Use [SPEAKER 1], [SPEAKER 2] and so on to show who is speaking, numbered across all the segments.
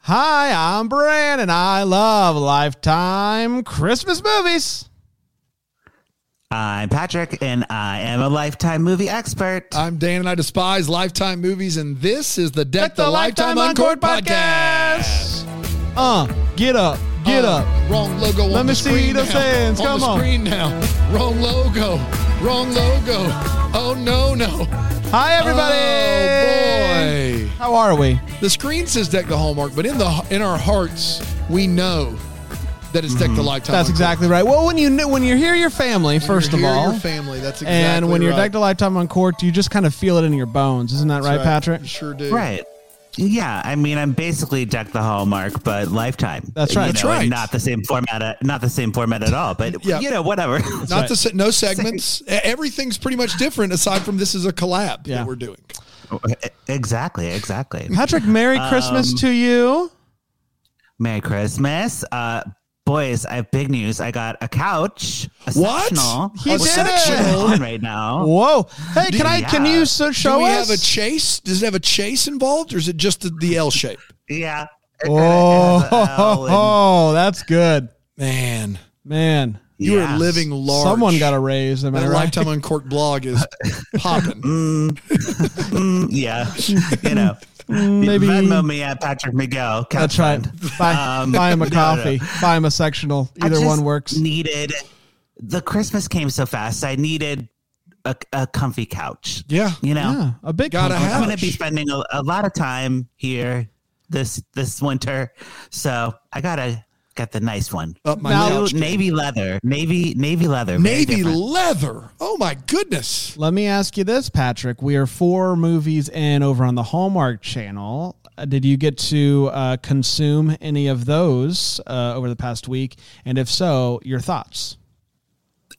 [SPEAKER 1] Hi, I'm Brandon. and I love Lifetime Christmas movies.
[SPEAKER 2] I'm Patrick, and I am a lifetime movie expert.
[SPEAKER 3] I'm Dan, and I despise Lifetime movies, and this is the Deck the, Lifetime, Uncored podcast.
[SPEAKER 1] Uh, get up, get
[SPEAKER 3] Uh,
[SPEAKER 1] up.
[SPEAKER 3] Wrong logo on
[SPEAKER 1] Let me
[SPEAKER 3] the
[SPEAKER 1] see
[SPEAKER 3] screen
[SPEAKER 1] those
[SPEAKER 3] now.
[SPEAKER 1] hands.
[SPEAKER 3] On
[SPEAKER 1] Come
[SPEAKER 3] the
[SPEAKER 1] on.
[SPEAKER 3] screen now. Wrong logo. Wrong logo. Oh no no.
[SPEAKER 1] Hi, everybody.
[SPEAKER 3] Oh boy.
[SPEAKER 1] How are we?
[SPEAKER 3] The screen says Deck the Hallmark, but in the in our hearts we know that it's Deck the
[SPEAKER 1] Mm-hmm.
[SPEAKER 3] Lifetime.
[SPEAKER 1] That's
[SPEAKER 3] Uncored.
[SPEAKER 1] exactly right. Well, when you kn- when you're here, your family
[SPEAKER 3] When
[SPEAKER 1] first
[SPEAKER 3] you're
[SPEAKER 1] of
[SPEAKER 3] here,
[SPEAKER 1] all,
[SPEAKER 3] your family. That's exactly
[SPEAKER 1] and when you're
[SPEAKER 3] right.
[SPEAKER 1] decked a lifetime on court, you just kind of feel it in your bones, isn't that right,
[SPEAKER 3] That's
[SPEAKER 1] Patrick?
[SPEAKER 3] You sure do.
[SPEAKER 2] Right. Yeah, I mean, I'm basically Deck the Hallmark, but Lifetime.
[SPEAKER 1] That's right.
[SPEAKER 2] You
[SPEAKER 1] That's
[SPEAKER 2] know, and
[SPEAKER 3] right.
[SPEAKER 2] Not the same format. At, not the same format at all. But
[SPEAKER 3] Yeah.
[SPEAKER 2] you know, whatever.
[SPEAKER 3] Not
[SPEAKER 1] right.
[SPEAKER 3] the se- no segments. E- Everything's pretty much different aside from this is a collab
[SPEAKER 1] Yeah.
[SPEAKER 3] that we're doing.
[SPEAKER 2] e, exactly. Exactly.
[SPEAKER 1] Patrick, Merry
[SPEAKER 3] Um,
[SPEAKER 1] Christmas to you.
[SPEAKER 2] Merry Christmas, uh, boys. I have big news. I got a couch. A
[SPEAKER 3] What?
[SPEAKER 2] Sectional.
[SPEAKER 1] He
[SPEAKER 3] Oh,
[SPEAKER 2] Which
[SPEAKER 1] did
[SPEAKER 2] is
[SPEAKER 1] it!
[SPEAKER 2] on right now.
[SPEAKER 1] Whoa! Hey, can I?
[SPEAKER 2] yeah.
[SPEAKER 1] Can you so, show
[SPEAKER 3] Do we
[SPEAKER 1] us?
[SPEAKER 3] have a chase? Does it have a chase involved, or is it just the, the L shape?
[SPEAKER 2] Yeah.
[SPEAKER 1] oh,
[SPEAKER 2] It has a L and-
[SPEAKER 1] oh, that's good,
[SPEAKER 3] Man,
[SPEAKER 1] man.
[SPEAKER 3] you
[SPEAKER 2] Yeah.
[SPEAKER 3] are living large.
[SPEAKER 1] Someone got a raise. Am I
[SPEAKER 3] that
[SPEAKER 1] right?
[SPEAKER 3] lifetime uncorked blog is popping.
[SPEAKER 2] Mm, yeah. You know.
[SPEAKER 1] Maybe-
[SPEAKER 2] Venmo me at Patrick Miguel. Couch
[SPEAKER 1] That's right.
[SPEAKER 2] Fund.
[SPEAKER 1] Buy,
[SPEAKER 2] Um,
[SPEAKER 1] buy him a
[SPEAKER 2] no, no.
[SPEAKER 1] coffee. Buy him a sectional.
[SPEAKER 2] I
[SPEAKER 1] Either
[SPEAKER 2] just
[SPEAKER 1] one works.
[SPEAKER 2] Needed the Christmas came so fast. I needed a, a comfy couch.
[SPEAKER 3] Yeah.
[SPEAKER 2] You know,
[SPEAKER 1] Yeah, a big
[SPEAKER 3] Gotta
[SPEAKER 1] compliment.
[SPEAKER 3] have
[SPEAKER 2] I'm going to be spending a, a lot of time here this this winter, so I gotta get the nice one.
[SPEAKER 3] Up my
[SPEAKER 1] Now-
[SPEAKER 3] couch.
[SPEAKER 2] Blue- navy leather, navy navy leather, very
[SPEAKER 3] Navy
[SPEAKER 2] different.
[SPEAKER 3] leather. Oh my goodness.
[SPEAKER 1] Let me ask you this, Patrick. We are four movies in over on the Hallmark Channel. Uh, Did you get to uh, consume any of those uh, over the past week? And if so, your thoughts?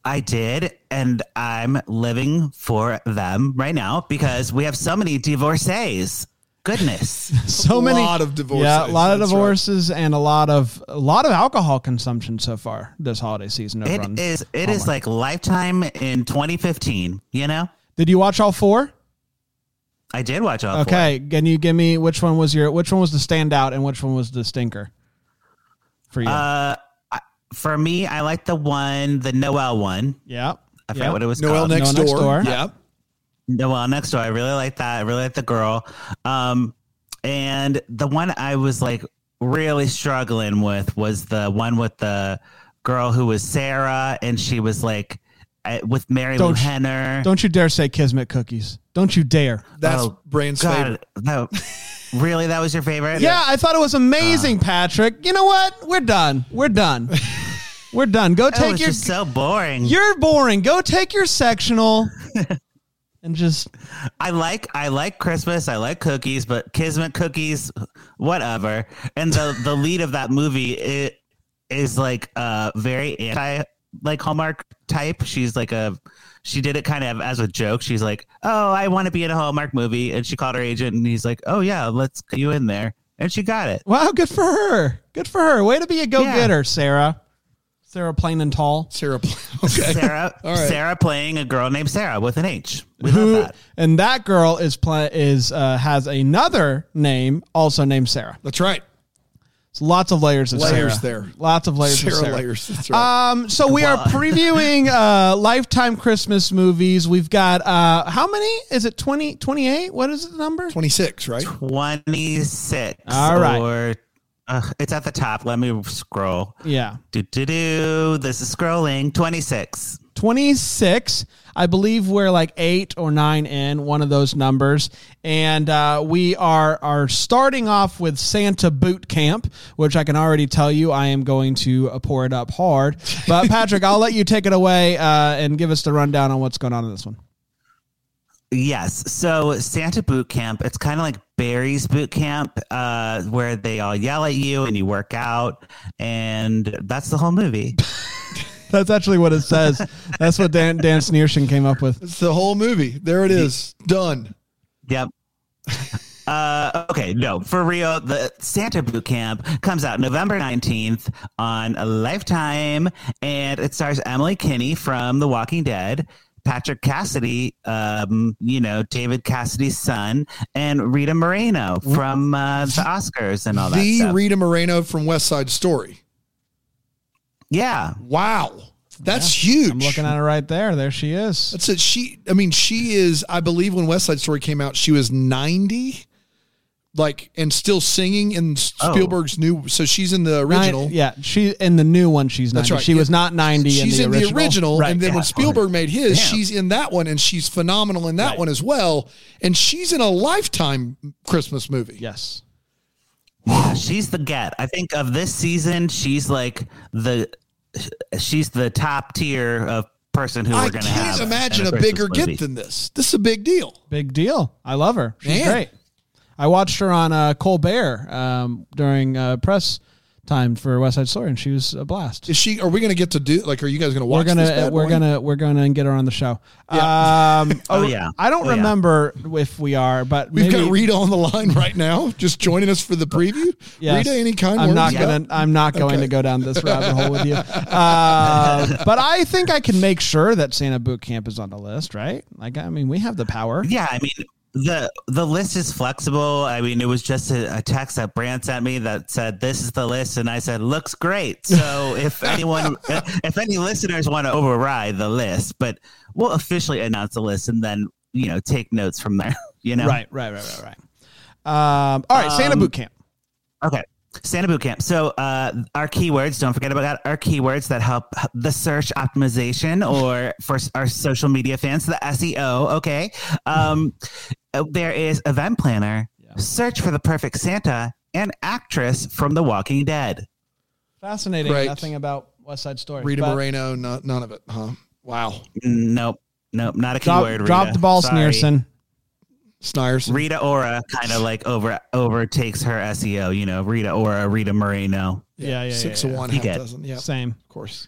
[SPEAKER 2] I did, and I'm living for them right now because we have so many divorcees. Goodness.
[SPEAKER 1] So
[SPEAKER 3] A
[SPEAKER 1] many,
[SPEAKER 3] lot of divorces,
[SPEAKER 1] yeah, a lot of
[SPEAKER 3] that's right.
[SPEAKER 1] divorces and a lot of a lot of alcohol consumption so far this holiday season. Over on
[SPEAKER 2] It is.
[SPEAKER 3] Oh
[SPEAKER 2] It
[SPEAKER 1] Hallmark.
[SPEAKER 2] is like lifetime in 2015. You know,
[SPEAKER 1] Did you watch all four?
[SPEAKER 2] I did watch all. four.
[SPEAKER 1] Okay, can you give me which one was your which one was the standout and which one was the stinker for you?
[SPEAKER 2] Uh, I- for me, I like the one, the Noel one.
[SPEAKER 1] yeah,
[SPEAKER 2] I forgot
[SPEAKER 1] yeah.
[SPEAKER 2] what it was
[SPEAKER 3] Noel
[SPEAKER 2] called.
[SPEAKER 1] Noel
[SPEAKER 3] next,
[SPEAKER 1] next
[SPEAKER 3] door.
[SPEAKER 1] door.
[SPEAKER 3] Yeah.
[SPEAKER 2] Noel next door. I really like that. I really like the girl. Um, and the one I was like really struggling with was the one with the girl who was Sarah, and she was like I- with Mary Lou
[SPEAKER 1] Don't sh-
[SPEAKER 2] Henner.
[SPEAKER 1] Don't you dare say Kismet cookies. Don't you dare.
[SPEAKER 3] That's
[SPEAKER 2] Oh,
[SPEAKER 3] Brand's
[SPEAKER 2] God,
[SPEAKER 3] favorite.
[SPEAKER 2] no. Really, that was your favorite?
[SPEAKER 1] Yeah, I thought it was
[SPEAKER 2] Uh.
[SPEAKER 1] amazing, Patrick. You know what? We're done. We're done. We're done. Go
[SPEAKER 2] That
[SPEAKER 1] take
[SPEAKER 2] was
[SPEAKER 1] your.
[SPEAKER 2] just so boring.
[SPEAKER 1] you're boring. Go take your sectional, and just
[SPEAKER 2] I like I like Christmas. I like cookies, but Kismet cookies, whatever. And the the lead of that movie it is like uh very anti like Hallmark type. She's like a she did it kind of as a joke. She's like, "Oh, I want to be in a Hallmark movie," and she called her agent, and he's like, "Oh yeah, let's get you in there." And she got it.
[SPEAKER 1] wow. Good for her. Good for her. Way to be a go-getter, Sarah. Sarah, plain and tall.
[SPEAKER 3] Sarah. Okay.
[SPEAKER 2] Sarah,
[SPEAKER 3] All right.
[SPEAKER 2] Sarah playing a girl named Sarah with an H. We
[SPEAKER 1] Who
[SPEAKER 2] love that.
[SPEAKER 1] and that girl is pla is uh, has another name also named Sarah.
[SPEAKER 3] That's right.
[SPEAKER 1] So lots of layers of
[SPEAKER 3] Layers
[SPEAKER 1] Sarah.
[SPEAKER 3] there.
[SPEAKER 1] Lots of layers.
[SPEAKER 3] Sarah,
[SPEAKER 1] of Sarah.
[SPEAKER 3] layers. That's right.
[SPEAKER 1] Um, so we are
[SPEAKER 2] Wow.
[SPEAKER 1] previewing uh, lifetime Christmas movies. We've got uh, how many? Is it 20, 28? What is the number?
[SPEAKER 3] 26, right?
[SPEAKER 2] 26.
[SPEAKER 1] All right.
[SPEAKER 2] Or, uh, it's at the top. Let me scroll.
[SPEAKER 1] Yeah,
[SPEAKER 2] Do, do, do. This is scrolling. 26.
[SPEAKER 1] twenty six. I believe we're like eight or nine in one of those numbers, and uh, we are are starting off with Santa Boot Camp, which I can already tell you I am going to uh, pour it up hard. But Patrick, I'll let you take it away uh, and give us the rundown on what's going on in this one.
[SPEAKER 2] Yes. So Santa boot camp, it's kind of like Barry's boot camp, uh, where they all yell at you and you work out. And that's the whole movie.
[SPEAKER 1] That's actually what it says. That's what Dan Dan Sneershin came up with.
[SPEAKER 3] It's the whole movie. There it is. Done.
[SPEAKER 2] Yep. Uh, okay, no, for real. The Santa Boot Camp comes out November 19th on Lifetime, and it stars Emily Kinney from The Walking Dead, Patrick Cassidy, um, you know, David Cassidy's son, and Rita Moreno from uh, the Oscars and
[SPEAKER 1] Oh,
[SPEAKER 2] all that
[SPEAKER 3] the
[SPEAKER 2] stuff.
[SPEAKER 3] Rita Moreno from West Side Story.
[SPEAKER 2] yeah.
[SPEAKER 3] Wow, that's huge.
[SPEAKER 1] I'm looking at it right there. There she is.
[SPEAKER 3] That's it. She, I mean, she is. I believe when West Side Story came out, she was ninety, like, and still singing in
[SPEAKER 2] Oh.
[SPEAKER 3] Spielberg's new. So she's in the
[SPEAKER 1] Nine-
[SPEAKER 3] original.
[SPEAKER 1] yeah, she in the new one. She's
[SPEAKER 3] That's
[SPEAKER 1] ninety.
[SPEAKER 3] right.
[SPEAKER 1] She was not ninety.
[SPEAKER 3] She's
[SPEAKER 1] in the original. right?
[SPEAKER 3] and then when
[SPEAKER 2] yeah.
[SPEAKER 3] Spielberg made his,
[SPEAKER 2] Damn.
[SPEAKER 3] she's in that one, and she's phenomenal in that
[SPEAKER 2] Right.
[SPEAKER 3] one as well. And she's in a lifetime Christmas movie.
[SPEAKER 1] yes,
[SPEAKER 2] Yeah, she's the get. I think of this season, she's like the she's the top tier of person who
[SPEAKER 3] I
[SPEAKER 2] we're gonna have.
[SPEAKER 3] can't imagine
[SPEAKER 2] in
[SPEAKER 3] a bigger
[SPEAKER 2] Christmas movie.
[SPEAKER 3] get than this. This is a big deal.
[SPEAKER 1] big deal. I love her. She's
[SPEAKER 3] Man.
[SPEAKER 1] great. I watched her on uh, Colbert um, during uh, press time for West Side Story, and she was a blast.
[SPEAKER 3] Is she? Are we going to get to do? Like, are you guys going to watch?
[SPEAKER 1] We're
[SPEAKER 3] this
[SPEAKER 1] gonna
[SPEAKER 3] bad
[SPEAKER 1] we're
[SPEAKER 3] boy?
[SPEAKER 1] gonna we're gonna get her on the show. Um,
[SPEAKER 2] Oh, yeah.
[SPEAKER 1] I don't
[SPEAKER 2] Oh, yeah.
[SPEAKER 1] remember if we are, but
[SPEAKER 3] We've
[SPEAKER 1] maybe-
[SPEAKER 3] got Rita on the line right now, just joining us for the preview.
[SPEAKER 1] Yes.
[SPEAKER 3] Rita, any kind
[SPEAKER 1] I'm
[SPEAKER 3] words?
[SPEAKER 1] not
[SPEAKER 3] about-
[SPEAKER 1] gonna. I'm not going to go down this rabbit hole with you. Uh, but I think I can make sure that Santa Boot Camp is on the list, right? Like, I mean, we have the power.
[SPEAKER 2] Yeah, I mean the the list is flexible. I mean, it was just a, a text that Brand sent me that said this is the list, and I said looks great. So if anyone, if any listeners want to override the list, but we'll officially announce the list and then you know take notes from there. You know,
[SPEAKER 1] Right, right, right, right, right. Um, all right, Santa
[SPEAKER 2] Um,
[SPEAKER 1] Boot Camp.
[SPEAKER 2] Okay. Santa Boot Camp. So uh, our keywords, don't forget about that, our keywords that help the search optimization or for our social media fans, the SEO. Okay. Um, uh, there is event planner, search for the perfect Santa and actress from The Walking Dead.
[SPEAKER 1] Fascinating.
[SPEAKER 3] Right.
[SPEAKER 1] Nothing about West Side Story.
[SPEAKER 3] Rita
[SPEAKER 1] but
[SPEAKER 3] Moreno, not, none of it, huh? Wow.
[SPEAKER 2] Nope. Nope. Not a
[SPEAKER 1] Drop,
[SPEAKER 2] keyword.
[SPEAKER 1] drop
[SPEAKER 2] Rita.
[SPEAKER 1] the ball,
[SPEAKER 2] Sorry.
[SPEAKER 1] Sneerson.
[SPEAKER 3] Snyers.
[SPEAKER 2] Rita Ora kind of like over overtakes her SEO, you know, Rita Ora, Rita Moreno.
[SPEAKER 1] Yeah, yeah,
[SPEAKER 3] Six
[SPEAKER 1] yeah,
[SPEAKER 3] of
[SPEAKER 1] yeah.
[SPEAKER 3] one,
[SPEAKER 2] You
[SPEAKER 3] half
[SPEAKER 2] get it.
[SPEAKER 3] dozen. Yeah, of
[SPEAKER 1] Same.
[SPEAKER 3] course.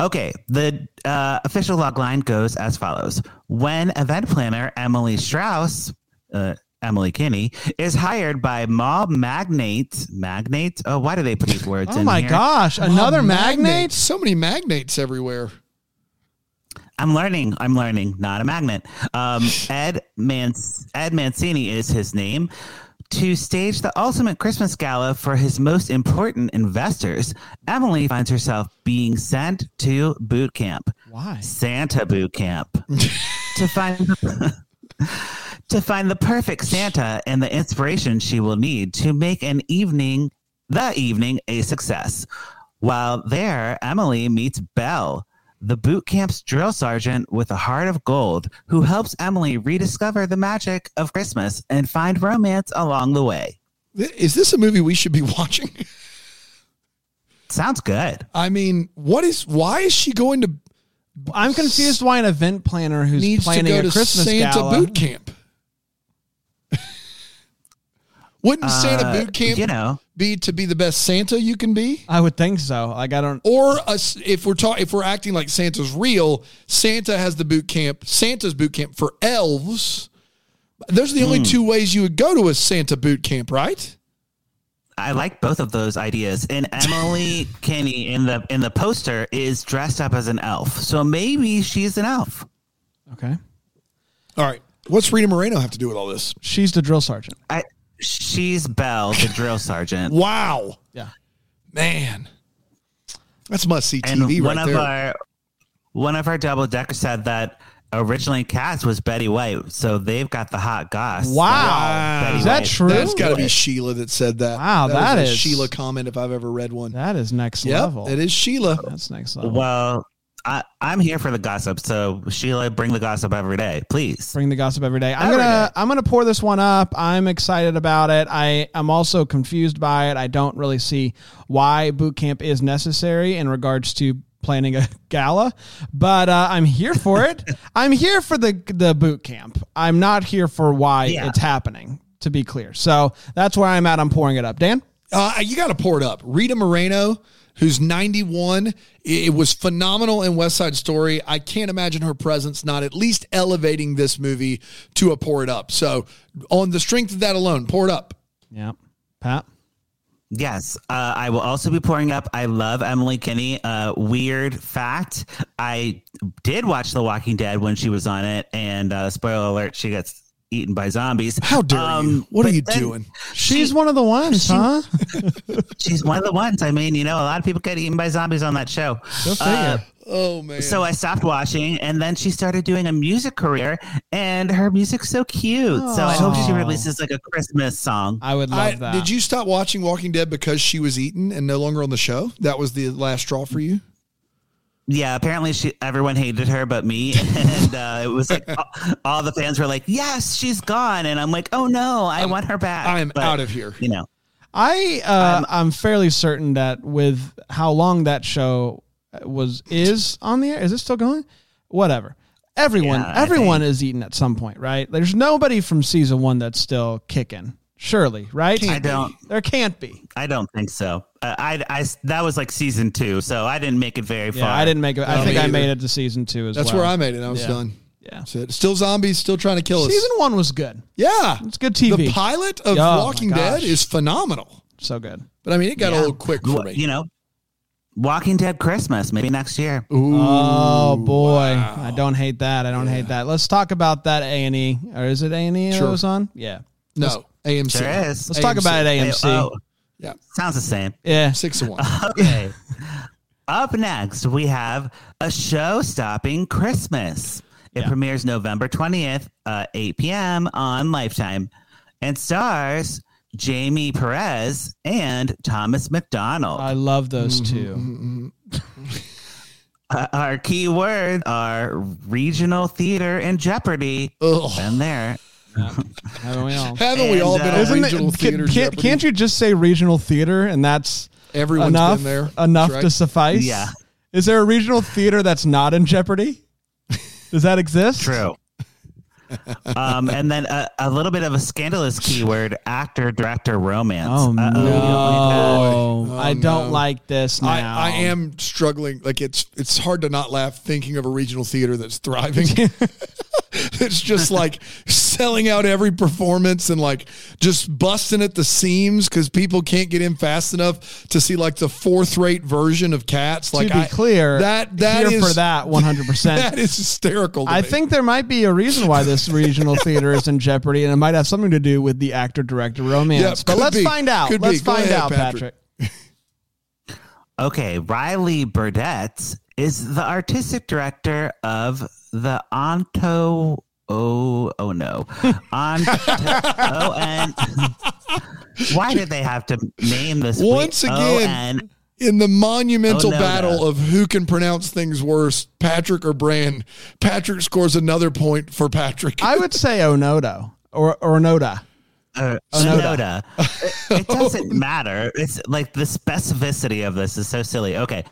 [SPEAKER 2] Okay, the uh, official log line goes as follows. When event planner Emily Strauss, uh, Emily Kinney, is hired by mall magnate, magnate, oh, why do they put these words
[SPEAKER 1] Oh
[SPEAKER 2] in
[SPEAKER 1] my
[SPEAKER 2] here?
[SPEAKER 1] gosh! Another
[SPEAKER 3] Oh,
[SPEAKER 1] magnate.
[SPEAKER 3] So many magnates everywhere.
[SPEAKER 2] I'm learning, I'm learning, not a magnet. Um, Ed, Man- Ed Mancini is his name. To stage the ultimate Christmas gala for his most important investors, Emily finds herself being sent to boot camp.
[SPEAKER 1] Why?
[SPEAKER 2] Santa boot camp to find to find the perfect Santa and the inspiration she will need to make an evening the evening a success. While there, Emily meets Belle, the boot camp's drill sergeant with a heart of gold, who helps Emily rediscover the magic of Christmas and find romance along the way.
[SPEAKER 3] Th- Is this a movie we should be watching?
[SPEAKER 2] Sounds good.
[SPEAKER 3] I mean, what is? Why is she going to
[SPEAKER 1] I'm confused. Why an event planner who's
[SPEAKER 3] needs to
[SPEAKER 1] planning
[SPEAKER 3] go
[SPEAKER 1] a
[SPEAKER 3] to
[SPEAKER 1] Christmas
[SPEAKER 3] Santa
[SPEAKER 1] gala?
[SPEAKER 3] boot camp? Wouldn't Santa
[SPEAKER 2] Uh,
[SPEAKER 3] boot camp
[SPEAKER 2] you know,
[SPEAKER 3] be to be the best Santa you can be?
[SPEAKER 1] I would think so. Like, I don't.
[SPEAKER 3] or a, if we're talking if we're acting like santa's real santa has the boot camp santa's boot camp for elves those are the only two ways you would go to a santa boot camp right
[SPEAKER 2] I like both of those ideas. And Emily Kinney in the in the poster is dressed up as an elf. So maybe she's an elf.
[SPEAKER 1] Okay.
[SPEAKER 3] all right what's rita moreno have to do with all this
[SPEAKER 1] She's the drill sergeant.
[SPEAKER 2] I, she's Belle, the drill sergeant.
[SPEAKER 3] wow
[SPEAKER 1] Yeah.
[SPEAKER 3] man that's must see
[SPEAKER 2] And
[SPEAKER 3] tv
[SPEAKER 2] one
[SPEAKER 3] right
[SPEAKER 2] of
[SPEAKER 3] there
[SPEAKER 2] our one of our double deckers said that originally cast was Betty White, so they've got the hot goss.
[SPEAKER 1] Wow.
[SPEAKER 2] Betty
[SPEAKER 1] Is that
[SPEAKER 2] White.
[SPEAKER 1] true?
[SPEAKER 3] that's got to be sheila that said that
[SPEAKER 1] Wow,
[SPEAKER 3] that
[SPEAKER 1] that
[SPEAKER 3] was a
[SPEAKER 1] is-
[SPEAKER 3] sheila comment if i've ever read one
[SPEAKER 1] That is next
[SPEAKER 3] yep
[SPEAKER 1] level.
[SPEAKER 3] it is sheila
[SPEAKER 1] That's next level.
[SPEAKER 2] Well, I, I'm here for the gossip, so Sheila, bring the gossip every day, please.
[SPEAKER 1] Bring the gossip every day. I'm
[SPEAKER 2] Every
[SPEAKER 1] gonna
[SPEAKER 2] day.
[SPEAKER 1] I'm gonna pour this one up. I'm excited about it. I am also confused by it. I don't really see why boot camp is necessary in regards to planning a gala, but uh, I'm here for it. I'm here for the the boot camp. I'm not here for why
[SPEAKER 2] Yeah.
[SPEAKER 1] it's happening. To be clear, so that's where I'm at. I'm pouring it up. Dan,
[SPEAKER 3] Uh, you got to pour it up. Rita Moreno, who's 91, it was phenomenal in West Side Story. I can't imagine her presence not at least elevating this movie to a pour it up. So, on the strength of that alone, pour it up.
[SPEAKER 1] yeah, Pat.
[SPEAKER 2] Yes, uh, I will also be pouring up. I love Emily Kinney. Uh, weird fact: I did watch The Walking Dead when she was on it, and uh, spoiler alert, she gets eaten by zombies.
[SPEAKER 3] How dare you?
[SPEAKER 2] Um,
[SPEAKER 3] What are
[SPEAKER 2] but
[SPEAKER 3] you
[SPEAKER 2] then-
[SPEAKER 3] doing?
[SPEAKER 1] She's one of the ones, huh?
[SPEAKER 2] She's one of the ones. I mean, you know, a lot of people get eaten by zombies on that show.
[SPEAKER 1] Go figure.
[SPEAKER 3] Oh man.
[SPEAKER 2] So I stopped watching, and then she started doing a music career, and her music's so cute. So I hope she
[SPEAKER 1] Aw.
[SPEAKER 2] releases like a Christmas song.
[SPEAKER 1] I would love
[SPEAKER 3] I,
[SPEAKER 1] that.
[SPEAKER 3] did you stop watching Walking Dead because she was eaten and no longer on the show? That was the last straw for you.
[SPEAKER 2] Yeah, apparently she everyone hated her but me, and uh, it was like all, all the fans were like, "Yes, she's gone," and I'm like, "Oh no, I want her back."
[SPEAKER 3] I am
[SPEAKER 2] But,
[SPEAKER 3] out of here.
[SPEAKER 2] You know,
[SPEAKER 1] I um, I'm fairly certain that with how long that show uh, was is on the air, is it still going? Whatever. Everyone,
[SPEAKER 2] Yeah, I
[SPEAKER 1] everyone is eating at some point, right? There's nobody from season one that's still kicking, surely, right?
[SPEAKER 2] I don't,
[SPEAKER 1] There can't be.
[SPEAKER 2] I don't think so. Uh, I, I, that was like season two, so I didn't make it very far.
[SPEAKER 1] Yeah, I didn't make it. I
[SPEAKER 3] No,
[SPEAKER 1] think
[SPEAKER 3] me
[SPEAKER 1] I made
[SPEAKER 3] either.
[SPEAKER 1] it to season two as
[SPEAKER 3] That's
[SPEAKER 1] well.
[SPEAKER 3] where I made it. I was
[SPEAKER 1] Yeah.
[SPEAKER 3] done.
[SPEAKER 1] Yeah,
[SPEAKER 3] That's it. Still zombies, still trying to kill us.
[SPEAKER 1] season one was good.
[SPEAKER 3] yeah.
[SPEAKER 1] It's good
[SPEAKER 3] The
[SPEAKER 1] TV.
[SPEAKER 3] pilot of
[SPEAKER 1] Oh, my
[SPEAKER 3] Walking Dead
[SPEAKER 1] gosh.
[SPEAKER 3] is phenomenal.
[SPEAKER 1] so good.
[SPEAKER 3] But I mean, it got
[SPEAKER 2] Yeah.
[SPEAKER 3] a little quick for
[SPEAKER 2] Wa-
[SPEAKER 3] me.
[SPEAKER 2] You know, Walking Dead Christmas maybe next year.
[SPEAKER 3] Ooh.
[SPEAKER 1] Oh boy, I don't hate that. I don't hate that. Let's talk about that A and E, or is it A and E that
[SPEAKER 3] Sure.
[SPEAKER 1] was on? Yeah.
[SPEAKER 3] no, AMC.
[SPEAKER 2] Sure is.
[SPEAKER 1] Let's talk
[SPEAKER 3] AMC.
[SPEAKER 1] about it.
[SPEAKER 2] Hey,
[SPEAKER 1] AMC.
[SPEAKER 2] oh,
[SPEAKER 3] Yeah.
[SPEAKER 2] sounds the same.
[SPEAKER 1] Yeah.
[SPEAKER 3] Six to one.
[SPEAKER 2] Okay. Up next, we have a show stopping Christmas. It
[SPEAKER 1] Yeah.
[SPEAKER 2] premieres November 20th, uh, 8 p.m. on Lifetime and stars Jamie Perez and Thomas McDonald.
[SPEAKER 1] I love those
[SPEAKER 3] Mm-hmm,
[SPEAKER 1] two.
[SPEAKER 2] Uh, our key words are regional theater and Jeopardy.
[SPEAKER 3] Ugh.
[SPEAKER 2] And there.
[SPEAKER 1] Haven't we all?
[SPEAKER 3] Haven't we all
[SPEAKER 2] And,
[SPEAKER 3] been
[SPEAKER 2] uh,
[SPEAKER 3] on
[SPEAKER 2] Isn't
[SPEAKER 3] regional theater?
[SPEAKER 1] can,
[SPEAKER 3] Jeopardy?
[SPEAKER 1] not you just say regional theater and that's
[SPEAKER 3] Everyone's
[SPEAKER 1] enough
[SPEAKER 3] been there.
[SPEAKER 1] enough
[SPEAKER 3] That's
[SPEAKER 1] to
[SPEAKER 3] right.
[SPEAKER 1] suffice?
[SPEAKER 2] Yeah.
[SPEAKER 1] Is there a regional theater that's not in jeopardy? Does that exist?
[SPEAKER 2] True. um, and then a, a little bit of a scandalous keyword actor director romance.
[SPEAKER 1] Oh no!
[SPEAKER 2] Uh-oh, we don't like that.
[SPEAKER 3] Oh,
[SPEAKER 1] I don't
[SPEAKER 3] no.
[SPEAKER 1] like this now.
[SPEAKER 3] I, I am struggling. Like it's it's hard to not laugh thinking of a regional theater that's thriving. it's just like selling out every performance and like just busting at the seams because people can't get in fast enough to see like the fourth rate version of Cats. Like
[SPEAKER 1] to be
[SPEAKER 3] I-
[SPEAKER 1] clear,
[SPEAKER 3] that that
[SPEAKER 1] here
[SPEAKER 3] is
[SPEAKER 1] for that one hundred percent.
[SPEAKER 3] that is hysterical. to
[SPEAKER 1] I
[SPEAKER 3] me.
[SPEAKER 1] think there might be a reason why this regional theater is in jeopardy, and it might have something to do with the actor director romance.
[SPEAKER 3] Yeah,
[SPEAKER 1] but
[SPEAKER 3] could
[SPEAKER 1] let's
[SPEAKER 3] be.
[SPEAKER 1] find out.
[SPEAKER 3] Could be.
[SPEAKER 1] let's
[SPEAKER 3] Go
[SPEAKER 1] find
[SPEAKER 3] ahead,
[SPEAKER 1] out, Patrick.
[SPEAKER 3] Patrick.
[SPEAKER 2] Okay, Riley Burdett is the artistic director of the Onto Oh oh no. On O N Why did they have to name this week?
[SPEAKER 3] Once again,
[SPEAKER 2] O-N-
[SPEAKER 3] in the monumental
[SPEAKER 2] Oh, no,
[SPEAKER 3] battle
[SPEAKER 2] no.
[SPEAKER 3] of who can pronounce things worse, Patrick or Brand, Patrick scores another point for Patrick.
[SPEAKER 1] I would say Onoda or Onoda.
[SPEAKER 2] or
[SPEAKER 3] Oh,
[SPEAKER 1] Sonoda.
[SPEAKER 2] uh, Sonoda. It, it doesn't matter. It's like the specificity of this is so silly. Okay.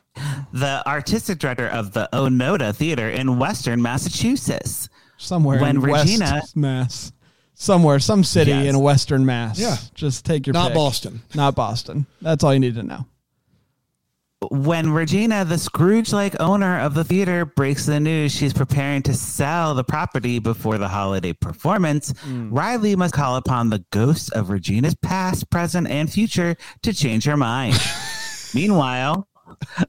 [SPEAKER 2] The artistic director of the Onoda Theater in Western Massachusetts.
[SPEAKER 1] somewhere
[SPEAKER 2] When
[SPEAKER 1] in
[SPEAKER 2] Regina-
[SPEAKER 1] West Mass, somewhere, some city
[SPEAKER 2] Yes.
[SPEAKER 1] in Western Mass.
[SPEAKER 3] Yeah.
[SPEAKER 1] just take your
[SPEAKER 3] Not
[SPEAKER 1] pick.
[SPEAKER 3] Boston.
[SPEAKER 1] Not Boston. That's all you need to know.
[SPEAKER 2] When Regina, the Scrooge like owner of the theater, breaks the news she's preparing to sell the property before the holiday performance, Riley must call upon the ghosts of Regina's past, present, and future to change her mind. Meanwhile,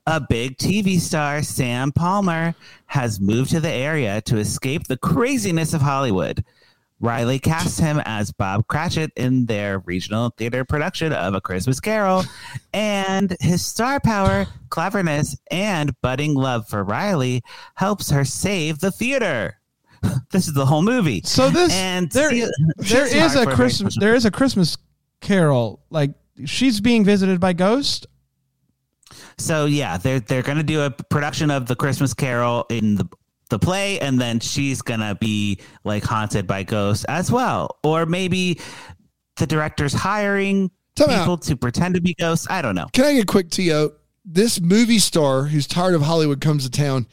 [SPEAKER 2] a big TV star, Sam Palmer, has moved to the area to escape the craziness of Hollywood. Riley cast him as Bob Cratchit in their regional theater production of A Christmas Carol, and his star power, cleverness, and budding love for Riley helps her save the theater. this is the whole movie.
[SPEAKER 1] So this
[SPEAKER 2] And
[SPEAKER 1] there,
[SPEAKER 2] see-
[SPEAKER 1] there
[SPEAKER 2] she's
[SPEAKER 1] is
[SPEAKER 2] smart
[SPEAKER 1] a
[SPEAKER 2] for
[SPEAKER 1] Christmas
[SPEAKER 2] Christmas.
[SPEAKER 1] there is a Christmas Carol. Like she's being visited by ghosts.
[SPEAKER 2] So yeah, they're they're gonna do a production of the Christmas Carol in the the play, and then she's gonna be like haunted by ghosts as well, or maybe the director's hiring
[SPEAKER 3] Time out.
[SPEAKER 2] people to pretend to be ghosts. I don't know.
[SPEAKER 3] Can I get a quick TO? This movie star who's tired of Hollywood comes to town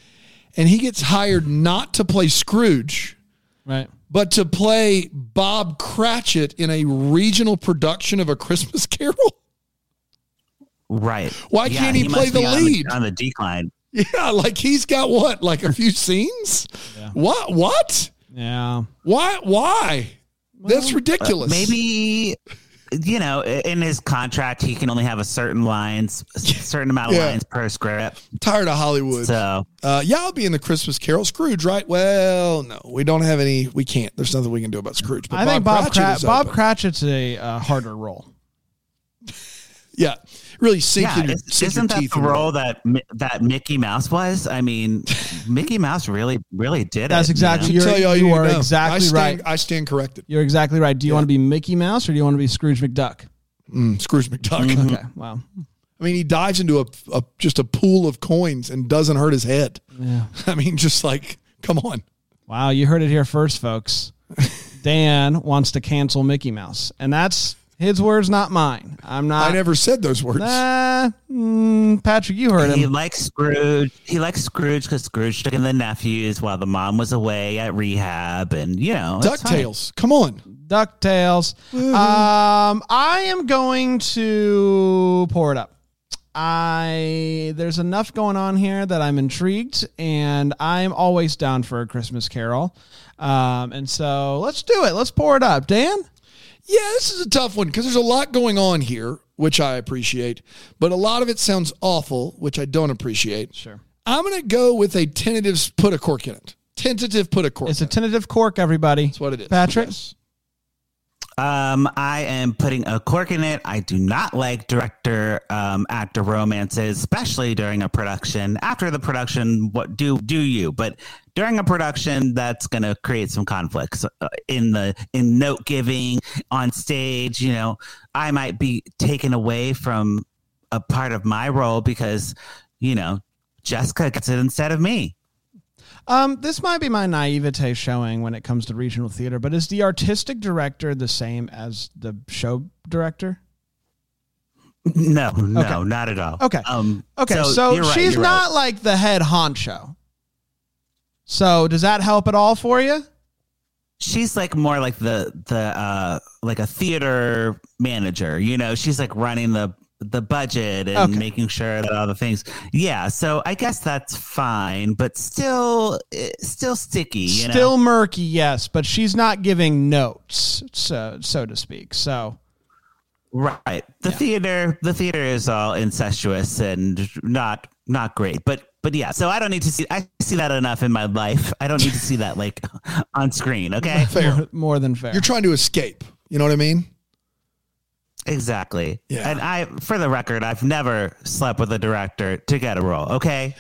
[SPEAKER 3] and he gets hired not to play Scrooge,
[SPEAKER 1] Right.
[SPEAKER 3] but to play Bob Cratchit in a regional production of A Christmas Carol.
[SPEAKER 2] Right?
[SPEAKER 3] Why can't he play
[SPEAKER 2] must
[SPEAKER 3] the
[SPEAKER 2] be on
[SPEAKER 3] lead?
[SPEAKER 2] on the decline?
[SPEAKER 3] Yeah, like he's got what? Like a few scenes? What? What?
[SPEAKER 1] Yeah.
[SPEAKER 2] uh,
[SPEAKER 3] Why? Why? That's ridiculous.
[SPEAKER 2] Maybe you know, i- in his contract, he can only have a certain lines, a certain amount of
[SPEAKER 3] Yeah.
[SPEAKER 2] lines per script.
[SPEAKER 3] Tired of Hollywood.
[SPEAKER 2] So
[SPEAKER 3] Uh, yeah, I'll be in the Christmas Carol. Scrooge, right? Well, no, we don't have any. We can't. There's nothing we can do about Scrooge. But
[SPEAKER 1] I think Bob
[SPEAKER 3] Cratchit
[SPEAKER 1] Cratchit
[SPEAKER 3] is
[SPEAKER 1] Bob
[SPEAKER 3] open.
[SPEAKER 1] Cratchit's a uh, harder role.
[SPEAKER 3] yeah, really sink
[SPEAKER 2] yeah,
[SPEAKER 3] in your,
[SPEAKER 2] is-
[SPEAKER 3] sink your
[SPEAKER 2] isn't that
[SPEAKER 3] teeth
[SPEAKER 2] the
[SPEAKER 3] in it.
[SPEAKER 2] role that Mi- that Mickey Mouse was? I mean, Mickey Mouse really, really did it.
[SPEAKER 1] That's exactly
[SPEAKER 2] you
[SPEAKER 1] You're-
[SPEAKER 3] Tell you all
[SPEAKER 1] you
[SPEAKER 3] need
[SPEAKER 1] are
[SPEAKER 3] to know.
[SPEAKER 1] exactly
[SPEAKER 3] I stand,
[SPEAKER 1] right.
[SPEAKER 3] I stand corrected.
[SPEAKER 1] You're exactly right. Do you want to be Mickey Mouse or do you want to be Scrooge McDuck?
[SPEAKER 3] Mm, Scrooge McDuck.
[SPEAKER 2] Mm-hmm.
[SPEAKER 1] Okay, wow.
[SPEAKER 3] I mean, he dives into a, a just a pool of coins and doesn't hurt his head.
[SPEAKER 1] Yeah.
[SPEAKER 3] I mean, just like come on.
[SPEAKER 1] Wow, you heard it here first, folks. Dan wants to cancel Mickey Mouse, and that's his words, not mine. I'm not.
[SPEAKER 3] I never said those words.
[SPEAKER 1] Nah, mm, Patrick, you heard
[SPEAKER 2] know? He
[SPEAKER 1] him.
[SPEAKER 2] likes Scrooge. He likes Scrooge because Scrooge took in the nephews while the mom was away at rehab, and you know, it's fine.
[SPEAKER 3] Ducktales. Come on.
[SPEAKER 1] Ducktales. Um, I am going to pour it up. I there's enough going on here that I'm intrigued, and I'm always down for a Christmas Carol. Um, and so let's do it. Let's pour it up, Dan.
[SPEAKER 3] Yeah, this is a tough one because there's a lot going on here, which I appreciate, but a lot of it sounds awful, which I don't appreciate.
[SPEAKER 1] Sure.
[SPEAKER 3] I'm gonna go with a tentative s- put a cork in it. Tentative put a cork.
[SPEAKER 1] It's
[SPEAKER 3] in
[SPEAKER 1] a tentative cork, everybody. That's
[SPEAKER 3] it. what it is.
[SPEAKER 1] Patrick.
[SPEAKER 3] Yes.
[SPEAKER 2] Um, I am putting a cork in it. I do not like director um, actor romances, especially during a production. After the production, what do do you? But during a production, that's going to create some conflicts uh, in the in note giving on stage. You know, I might be taken away from a part of my role because you know Jessica gets it instead of me.
[SPEAKER 1] Um, this might be my naivete showing when it comes to regional theater, but is the artistic director the same as the show director?
[SPEAKER 2] No, no,
[SPEAKER 1] Okay.
[SPEAKER 2] not at all.
[SPEAKER 1] Okay.
[SPEAKER 2] Um.
[SPEAKER 1] Okay, so,
[SPEAKER 2] you're right,
[SPEAKER 1] she's
[SPEAKER 2] you're right.
[SPEAKER 1] not like the head honcho. So does that help at all for you?
[SPEAKER 2] she's like more like the the uh like a theater manager you know she's like running the the budget and
[SPEAKER 1] Okay.
[SPEAKER 2] making sure that all the things yeah so i guess that's fine but still eh, still sticky you know?
[SPEAKER 1] Still murky, yes, but she's not giving notes, so so to speak. So
[SPEAKER 2] right the theater the theater is all incestuous and not not great but but yeah so i don't need to see i see that enough in my life i don't need to see that like on screen okay
[SPEAKER 3] Fair.
[SPEAKER 1] more than fair.
[SPEAKER 3] You're trying to escape. You know what I mean?
[SPEAKER 2] Exactly.
[SPEAKER 3] Yeah.
[SPEAKER 2] And I, for the record, I've never slept with a director to get a role. Okay.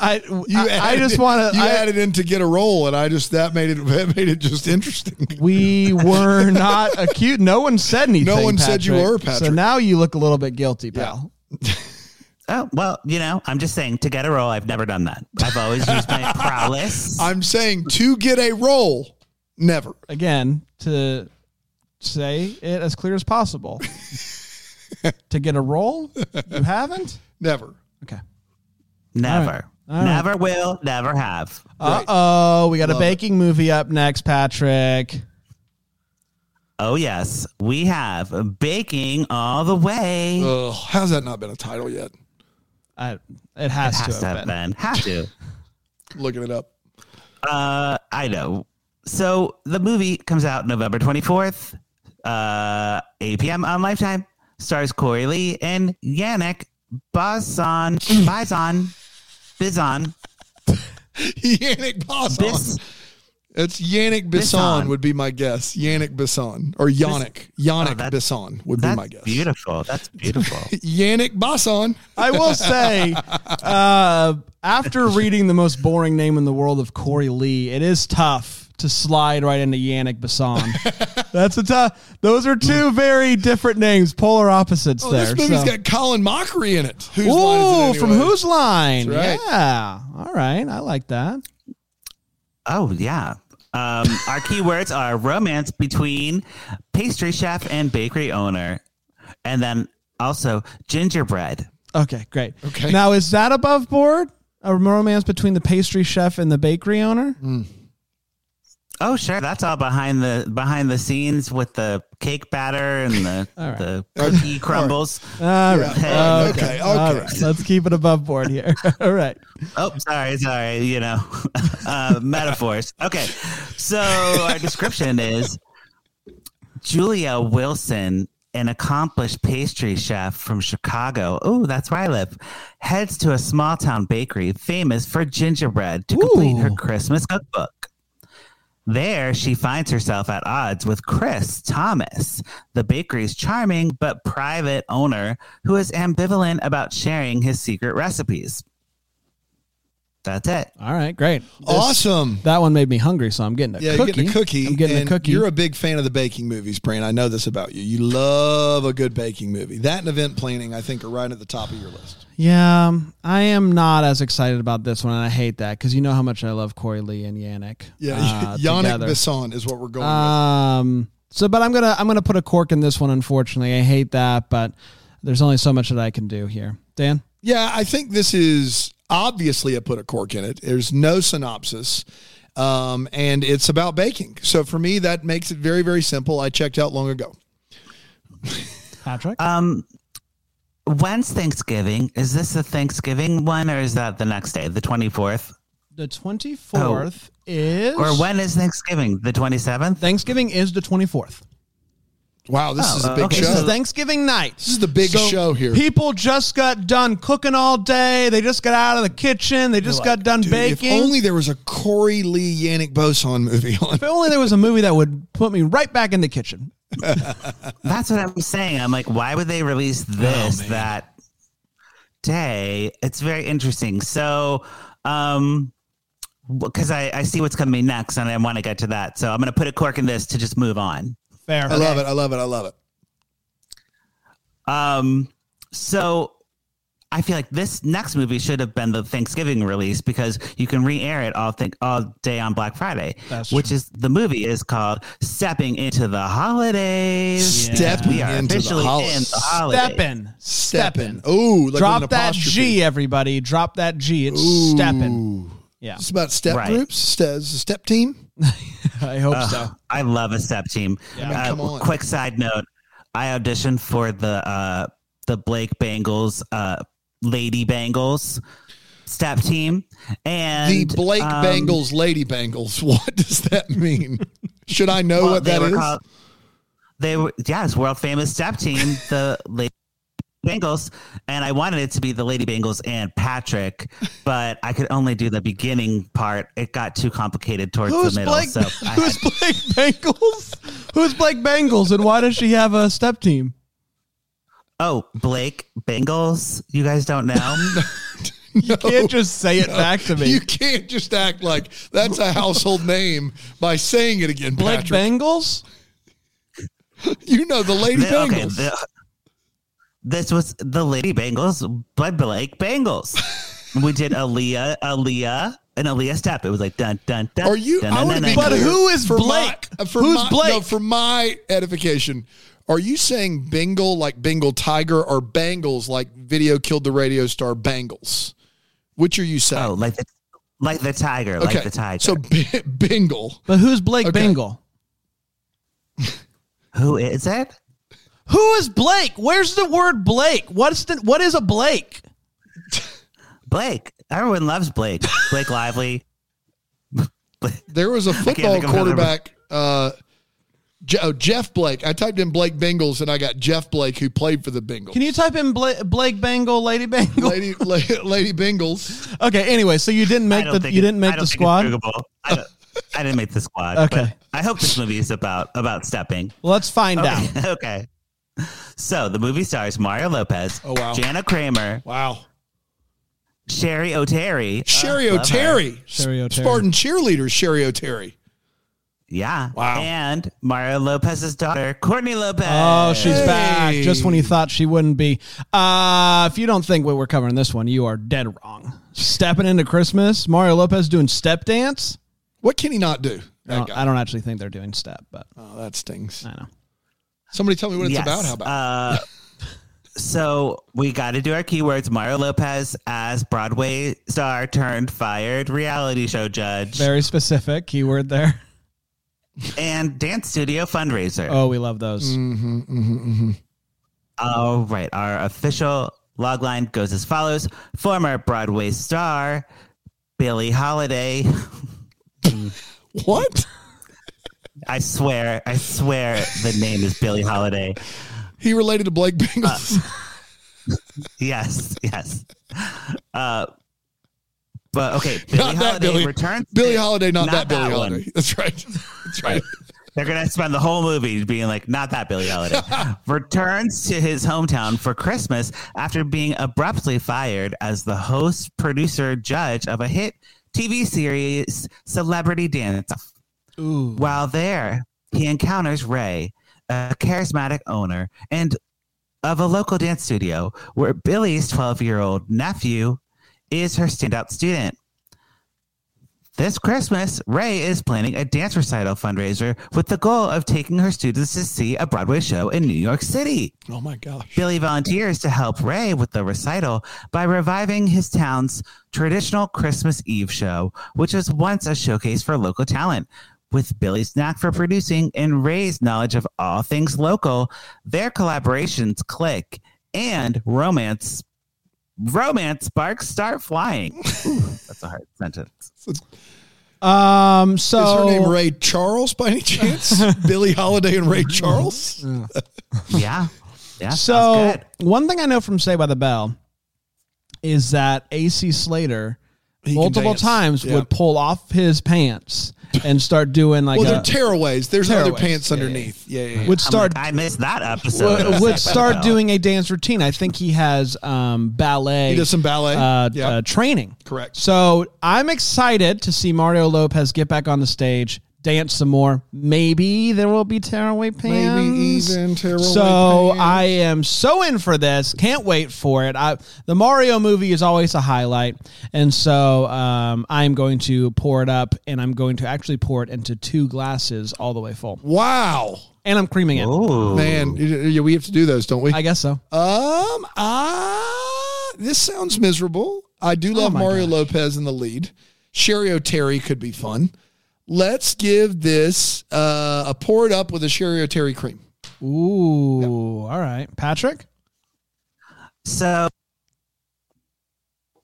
[SPEAKER 1] I,
[SPEAKER 3] You
[SPEAKER 1] I, I
[SPEAKER 3] added-
[SPEAKER 1] just want to.
[SPEAKER 3] You added in to get a role, and I just that made it that made it just interesting.
[SPEAKER 1] We were not acute. No one said anything.
[SPEAKER 3] one said you were,
[SPEAKER 1] So
[SPEAKER 3] Patrick.
[SPEAKER 1] now you look a little bit guilty, pal.
[SPEAKER 2] Oh, well, you know, I'm just saying to get a role, I've never done that. I've always used my prowess.
[SPEAKER 3] I'm saying to get a role, never.
[SPEAKER 1] Again, to say it as clear as possible. to get a role, you haven't.
[SPEAKER 3] Never.
[SPEAKER 1] Okay.
[SPEAKER 2] never.
[SPEAKER 1] All right.
[SPEAKER 2] Never will, never have.
[SPEAKER 1] Uh
[SPEAKER 3] Right.
[SPEAKER 1] oh, we got a
[SPEAKER 3] Love it.
[SPEAKER 1] baking movie up next, Patrick.
[SPEAKER 2] Oh, yes. We have Baking All the Way.
[SPEAKER 1] Oh,
[SPEAKER 3] Ugh, how's that not been a title yet?
[SPEAKER 1] I, it has,
[SPEAKER 2] Has
[SPEAKER 1] to have been.
[SPEAKER 2] been. Have to.
[SPEAKER 3] Looking it up.
[SPEAKER 2] Uh, I know. So the movie comes out November 24th, uh, 8 p.m. on Lifetime. Stars Corey Lee and Yannick Bazan, Bizon, Bizon,
[SPEAKER 3] Yannick Bisson.
[SPEAKER 2] Bis,
[SPEAKER 3] That's Yannick Bisson
[SPEAKER 2] Bisson.
[SPEAKER 3] would be my guess. Yannick Bisson or Yannick
[SPEAKER 1] Oh,
[SPEAKER 3] Yannick
[SPEAKER 2] that's-
[SPEAKER 3] Bisson would be my
[SPEAKER 2] that's
[SPEAKER 3] guess.
[SPEAKER 2] beautiful. That's beautiful.
[SPEAKER 3] Yannick Bisson.
[SPEAKER 1] I will say, uh, after reading the most boring name in the world of Corey Lee, it is tough to slide right into Yannick Basson. That's a tough. Those are two very different names, polar opposites.
[SPEAKER 3] Oh,
[SPEAKER 1] there.
[SPEAKER 3] this movie's
[SPEAKER 1] so.
[SPEAKER 3] got Colin Mockery in it. Whose
[SPEAKER 1] Ooh,
[SPEAKER 3] line is it
[SPEAKER 1] from
[SPEAKER 3] anyway?
[SPEAKER 1] whose line?
[SPEAKER 3] That's right.
[SPEAKER 1] Yeah. All right, I like that.
[SPEAKER 2] oh, yeah. Um, our keywords are romance between pastry chef and bakery owner, and then also gingerbread.
[SPEAKER 1] Okay, great.
[SPEAKER 3] Okay.
[SPEAKER 1] Now, is that above board? A romance between the pastry chef and the bakery owner?
[SPEAKER 3] Mm.
[SPEAKER 2] Oh sure, that's all behind the behind the scenes with the cake batter and the
[SPEAKER 1] All right.
[SPEAKER 2] the cookie crumbles.
[SPEAKER 1] All right. Okay.
[SPEAKER 3] Yeah, okay,
[SPEAKER 1] All
[SPEAKER 3] okay.
[SPEAKER 1] right. Let's keep it above board here. All right.
[SPEAKER 2] Oh, sorry, sorry. You know, uh, metaphors. Okay, so our description is Julia Wilson an accomplished pastry chef from Chicago, oh, that's where I live, heads to a small town bakery famous for gingerbread to complete her
[SPEAKER 1] Ooh.
[SPEAKER 2] Christmas cookbook. There, she finds herself at odds with Chris Thomas, the bakery's charming but private owner who is ambivalent about sharing his secret recipes. That's it.
[SPEAKER 1] All right, great. This-
[SPEAKER 3] Awesome.
[SPEAKER 1] That one made me hungry, so I'm getting a
[SPEAKER 3] Yeah,
[SPEAKER 1] cookie.
[SPEAKER 3] you're getting a cookie.
[SPEAKER 1] I'm getting
[SPEAKER 3] and
[SPEAKER 1] a cookie.
[SPEAKER 3] You're a big fan of the baking movies, Brian. I know this about you. You love a good baking movie. That and event planning, I think, are right at the top of your list.
[SPEAKER 1] yeah, um, I am not as excited about this one, and I hate that because you know how much I love Corey Lee and Yannick.
[SPEAKER 3] Yeah,
[SPEAKER 1] uh,
[SPEAKER 3] Yannick
[SPEAKER 1] together.
[SPEAKER 3] Bisson is what we're going
[SPEAKER 1] Um. So, but I'm gonna I'm gonna put a cork in this one. Unfortunately, I hate that, but there's only so much that I can do here. Dan.
[SPEAKER 3] with. Yeah, I think this is obviously a put a cork in it. There's no synopsis. Um, and it's about baking. So for me, that makes it very, very simple. I checked out long ago.
[SPEAKER 1] Patrick.
[SPEAKER 3] Uh,
[SPEAKER 2] Um, when's Thanksgiving? Is this the Thanksgiving one, or is that the next day, the twenty fourth?
[SPEAKER 1] the 24th
[SPEAKER 3] oh.
[SPEAKER 1] is
[SPEAKER 2] Or when is Thanksgiving? The twenty seventh?
[SPEAKER 1] Thanksgiving is the 24th.
[SPEAKER 3] Wow, this
[SPEAKER 2] Oh,
[SPEAKER 3] is a big
[SPEAKER 2] okay.
[SPEAKER 3] show.
[SPEAKER 1] This is
[SPEAKER 2] So-
[SPEAKER 1] Thanksgiving night.
[SPEAKER 3] This is the big show here.
[SPEAKER 1] People just got done cooking all day. They just got out of the kitchen. They just got done
[SPEAKER 3] Dude,
[SPEAKER 1] baking.
[SPEAKER 3] If only there was a Corey Lee Yannick Boson movie on.
[SPEAKER 1] If only there was a movie that would put me right back in the kitchen.
[SPEAKER 2] That's what I'm saying. I'm like, why would they release this that day? It's very interesting. So, um. Because I, I see what's coming next and I want to get to that. So I'm going to put a cork in this to just move on.
[SPEAKER 1] Fair.
[SPEAKER 3] I love it. I love it. I love it.
[SPEAKER 2] Um, so I feel like this next movie should have been the Thanksgiving release because you can re-air it all think all day on Black Friday,
[SPEAKER 1] That's
[SPEAKER 2] which is the movie is called "Stepping into the Holidays."
[SPEAKER 3] Stepping
[SPEAKER 2] we are
[SPEAKER 3] into the
[SPEAKER 2] officially
[SPEAKER 3] holidays.
[SPEAKER 2] in the holidays.
[SPEAKER 1] Steppin'.
[SPEAKER 3] Steppin'. Oh, like with
[SPEAKER 1] Drop
[SPEAKER 3] an
[SPEAKER 1] that
[SPEAKER 3] apostrophe.
[SPEAKER 1] G, everybody. Drop that G. It's
[SPEAKER 3] Ooh.
[SPEAKER 1] steppin'. Yeah.
[SPEAKER 3] It's about step
[SPEAKER 2] Right.
[SPEAKER 3] groups, ste- step team.
[SPEAKER 1] I hope so.
[SPEAKER 2] Ugh, I love a step team. Uh,
[SPEAKER 1] Yeah. I
[SPEAKER 3] mean, come on.
[SPEAKER 2] Quick side note: I auditioned for the uh, the Blake Bengals, uh, Lady Bengals step team, and
[SPEAKER 3] The Blake
[SPEAKER 2] um,
[SPEAKER 3] Bengals, Lady Bengals. What does that mean? Should I know
[SPEAKER 2] Well,
[SPEAKER 3] Oh, what that
[SPEAKER 2] were
[SPEAKER 3] is?
[SPEAKER 2] called- they were yes, world famous step team, the Lady Bengals, and I wanted it to be the Lady Bengals and Patrick, but I could only do the beginning part. It got too complicated towards
[SPEAKER 1] Who's
[SPEAKER 2] the middle,
[SPEAKER 1] Blake?
[SPEAKER 2] so I had-
[SPEAKER 1] who's Blake Bengals? who's Blake Bengals, and why does she have a step team?
[SPEAKER 2] oh Blake Bengals. You guys don't know.
[SPEAKER 3] No,
[SPEAKER 1] Can't just say it back to me.
[SPEAKER 3] you can't just act like that's a household name by saying it again,
[SPEAKER 1] Blake
[SPEAKER 3] Patrick.
[SPEAKER 1] Bengals.
[SPEAKER 3] you know the Lady
[SPEAKER 2] The-
[SPEAKER 3] Bengals.
[SPEAKER 2] okay, the- this was the Lady Bengals, but Blake Bengals. we did Aaliyah, Aaliyah, and Aaliyah step. It was like dun dun dun.
[SPEAKER 3] Are you?
[SPEAKER 2] Dun,
[SPEAKER 3] I
[SPEAKER 2] dun,
[SPEAKER 3] want to
[SPEAKER 2] dun,
[SPEAKER 3] be
[SPEAKER 2] dun.
[SPEAKER 1] But
[SPEAKER 3] clear.
[SPEAKER 1] who is Blake?
[SPEAKER 3] My, for
[SPEAKER 1] Who's
[SPEAKER 3] my, No,
[SPEAKER 1] Blake?
[SPEAKER 3] for my edification, are you saying Bengal like Bengal Tiger or Bangles like video killed the radio star Bangles? Which are you saying?
[SPEAKER 2] Oh, like the like the tiger, Oh, like the tiger.
[SPEAKER 3] So B- Bengal.
[SPEAKER 1] But who's Blake
[SPEAKER 3] Okay.
[SPEAKER 1] Bengal?
[SPEAKER 2] who is it?
[SPEAKER 1] Who is Blake? Where's the word Blake? What's the what is a Blake?
[SPEAKER 2] Blake. Everyone loves Blake. Blake Lively.
[SPEAKER 3] There was a football
[SPEAKER 2] think of another-
[SPEAKER 3] quarterback, uh, Je- oh, Jeff Blake. I typed in Blake Bengals and I got Jeff Blake who played for the Bengals.
[SPEAKER 1] Can you type in Blake, Blake Bengal, Lady Bengal?
[SPEAKER 3] Lady, la- Lady Bengals.
[SPEAKER 1] Okay. Anyway, so you didn't
[SPEAKER 2] I
[SPEAKER 1] make
[SPEAKER 2] don't
[SPEAKER 1] the
[SPEAKER 2] think
[SPEAKER 1] you
[SPEAKER 2] it-
[SPEAKER 1] didn't
[SPEAKER 2] I
[SPEAKER 1] make the
[SPEAKER 2] don't think it's
[SPEAKER 1] squad.
[SPEAKER 2] Googleable. I, don't- I didn't make the squad.
[SPEAKER 1] Okay.
[SPEAKER 2] But I hope this movie is about about stepping.
[SPEAKER 1] Let's find out.
[SPEAKER 2] Okay. okay. So the movie stars Mario Lopez,
[SPEAKER 3] Oh, wow.
[SPEAKER 2] Jana Kramer,
[SPEAKER 3] Wow.
[SPEAKER 2] Sherry O'Terry.
[SPEAKER 3] Sherry
[SPEAKER 2] Uh, love her.
[SPEAKER 3] O'Terry.
[SPEAKER 1] Ah, Sherry O'Terry.
[SPEAKER 3] Spartan cheerleader Sherry O'Terry.
[SPEAKER 2] Yeah.
[SPEAKER 3] Wow.
[SPEAKER 2] And Mario Lopez's daughter, Courtney Lopez.
[SPEAKER 1] Oh, she's
[SPEAKER 3] Hey.
[SPEAKER 1] back. Just when you thought she wouldn't be. Uh, if you don't think we're covering this one, you are dead wrong. Stepping into Christmas, Mario Lopez doing step dance.
[SPEAKER 3] What can he not do? That
[SPEAKER 1] I don't,
[SPEAKER 3] guy.
[SPEAKER 1] I don't actually think they're doing step, but
[SPEAKER 3] Oh, that stings.
[SPEAKER 1] I know.
[SPEAKER 3] Somebody tell me what it's
[SPEAKER 2] Yes.
[SPEAKER 3] about. How about?
[SPEAKER 2] Uh, so we got to do our keywords. Mario Lopez as Broadway star turned fired reality show judge
[SPEAKER 1] Very specific keyword there.
[SPEAKER 2] and dance studio fundraiser.
[SPEAKER 1] Oh, we love those.
[SPEAKER 2] All right. Our official logline goes as follows Former Broadway star Billie Holiday.
[SPEAKER 3] what?
[SPEAKER 1] Uh,
[SPEAKER 2] I swear, I swear the name is Billie Holiday.
[SPEAKER 3] He related to Blake
[SPEAKER 1] uh,
[SPEAKER 3] Bengals.
[SPEAKER 2] Yes, yes. Uh, but okay, Billy
[SPEAKER 3] not
[SPEAKER 2] Holiday
[SPEAKER 3] that Billy.
[SPEAKER 2] returns.
[SPEAKER 3] Billy Holiday, not,
[SPEAKER 2] Not
[SPEAKER 3] that Billy
[SPEAKER 2] that one.
[SPEAKER 3] Holiday. That's right. That's right.
[SPEAKER 2] They're gonna spend the whole movie being like, "Not that Billy Holiday." returns to his hometown for Christmas after being abruptly fired as the host, producer, judge of a hit TV series, Celebrity Dance. Off.
[SPEAKER 1] Ooh.
[SPEAKER 2] While there, he encounters Ray, a charismatic owner and of a local dance studio where Billy's 12-year-old nephew is her standout student. This Christmas, Ray is planning a dance recital fundraiser with the goal of taking her students to see a Broadway show in New York City.
[SPEAKER 3] Oh my gosh.
[SPEAKER 2] Billy volunteers to help Ray with the recital by reviving his town's traditional Christmas Eve show, which was once a showcase for local talent. With Billy's knack for producing and Ray's knowledge of all things local, their collaborations click and romance romance sparks start flying. Ooh, that's a hard sentence.
[SPEAKER 1] Um. So
[SPEAKER 3] Is her name Ray Charles by any chance? Billy Holiday and Ray Charles?
[SPEAKER 1] Mm,
[SPEAKER 2] Yeah. Yeah. sounds
[SPEAKER 1] So
[SPEAKER 2] good.
[SPEAKER 1] one thing I know from Say by the Bell is that AC Slater
[SPEAKER 3] can
[SPEAKER 1] multiple
[SPEAKER 3] dance.
[SPEAKER 1] times
[SPEAKER 3] Yeah.
[SPEAKER 1] would pull off his pants and start doing like
[SPEAKER 3] Well,
[SPEAKER 1] a-
[SPEAKER 3] they're tearaways. There's other
[SPEAKER 1] Tearaways.
[SPEAKER 3] pants
[SPEAKER 1] Yeah, yeah,
[SPEAKER 3] underneath. Yeah, yeah. yeah.
[SPEAKER 1] would
[SPEAKER 2] I'm
[SPEAKER 1] start
[SPEAKER 2] like, I missed that episode.
[SPEAKER 1] would, would
[SPEAKER 2] of Saved by the
[SPEAKER 1] start
[SPEAKER 2] Bell.
[SPEAKER 1] doing a dance routine. I think he has um, ballet.
[SPEAKER 3] He does some ballet.
[SPEAKER 1] uh,
[SPEAKER 3] Yeah.
[SPEAKER 1] uh, training.
[SPEAKER 3] Correct.
[SPEAKER 1] So I'm excited to see Mario Lopez get back on the stage, dance some more. Maybe there will be tearaway pans.
[SPEAKER 3] even tearaway
[SPEAKER 1] So
[SPEAKER 3] pans.
[SPEAKER 1] I am so in for this. Can't wait for it. I, the Mario movie is always a highlight, and so um, I'm going to pour it up, and I'm going to actually pour it into two glasses all the way full,
[SPEAKER 3] Wow.
[SPEAKER 1] and I'm creaming it.
[SPEAKER 2] Ooh.
[SPEAKER 3] Man, y- y- we have to do those, don't we?
[SPEAKER 1] I guess so.
[SPEAKER 3] Um, ah, this sounds miserable. I
[SPEAKER 2] Oh
[SPEAKER 3] do love
[SPEAKER 1] my
[SPEAKER 3] Mario Lopez in the lead. Sherry O'Terry could be fun. Let's give this uh, a pour it up with a Sherry O'Terry cream.
[SPEAKER 1] Ooh, all right, Patrick.
[SPEAKER 2] So,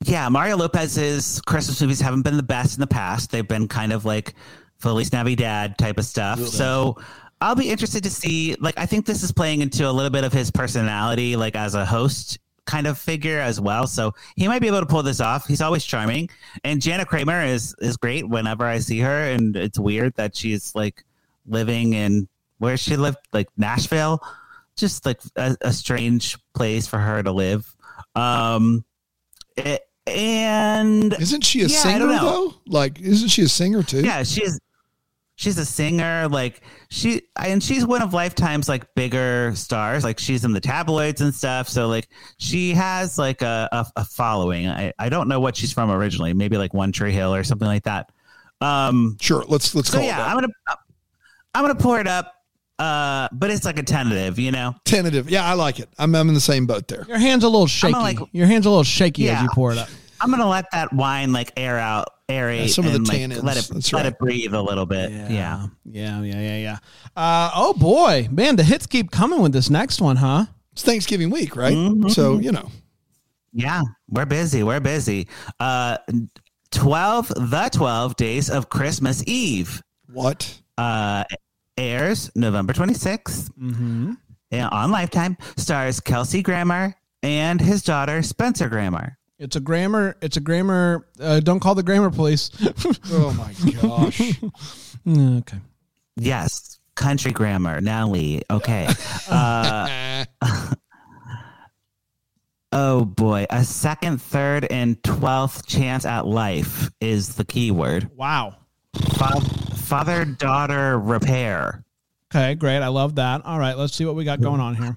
[SPEAKER 2] yeah, Mario Lopez's Christmas movies haven't been the best in the past. They've been kind of like Feliz Navidad type of stuff. So, I'll be interested to see. Like, I think this is playing into a little bit of his personality, like as a host kind of figure as well. So he might be able to pull this off. He's always charming, and Jana Kramer is is great whenever I see her. And it's weird that she's like living in where she lived, like Nashville just like a, a strange place for her to live. Um, eh, and
[SPEAKER 3] Isn't she a
[SPEAKER 2] Yeah, I
[SPEAKER 3] singer
[SPEAKER 2] don't know.
[SPEAKER 3] though? Like, isn't she a singer too?
[SPEAKER 2] yeah, she's she's a singer. Like she and she's one of Lifetime's like bigger stars. Like she's in the tabloids and stuff. So like she has like a a, a following. I I don't know what she's from originally. Maybe like One Tree Hill or something like that. Um,
[SPEAKER 3] Sure. Let's let's
[SPEAKER 2] so
[SPEAKER 3] call
[SPEAKER 2] yeah,
[SPEAKER 3] it that.
[SPEAKER 2] I'm gonna I'm gonna pour it up. Uh, but it's like a tentative, you know.
[SPEAKER 3] tentative. Yeah, I like it. I'm I'm in the same boat there.
[SPEAKER 1] Your hand's a little shaky.
[SPEAKER 2] like-
[SPEAKER 1] Your hand's a little shaky as
[SPEAKER 2] Yeah.
[SPEAKER 1] you pour it up.
[SPEAKER 2] I'm gonna let that wine like air out, aerate,
[SPEAKER 3] Yeah, some of the
[SPEAKER 2] and, like,
[SPEAKER 3] tannins.
[SPEAKER 2] Let it
[SPEAKER 3] That's
[SPEAKER 2] let
[SPEAKER 3] right.
[SPEAKER 2] it breathe a little bit. Yeah.
[SPEAKER 1] Yeah, yeah, yeah, yeah. Uh, oh boy, man, the hits keep coming with this next one, huh?
[SPEAKER 3] It's Thanksgiving week, right? So you know,
[SPEAKER 2] Yeah, we're busy. We're busy. Uh, twelve the twelve days of Christmas Eve
[SPEAKER 3] what?
[SPEAKER 2] uh, airs November twenty sixth
[SPEAKER 1] Mm-hmm.
[SPEAKER 2] on Lifetime. Stars Kelsey Grammer and his daughter Spencer Grammer.
[SPEAKER 1] It's a grammar. It's a grammar. Uh, don't call the grammar police. Mm,
[SPEAKER 3] Oh my gosh.
[SPEAKER 1] okay.
[SPEAKER 2] Yes, country grammar. Now Lee. Okay. Uh,
[SPEAKER 3] Eh.
[SPEAKER 2] Oh boy, a second, third, and twelfth chance at life is the key word.
[SPEAKER 1] Wow.
[SPEAKER 2] Father daughter repair.
[SPEAKER 1] Okay, great. I love that. All right, let's see what we got going on here.
[SPEAKER 2] I-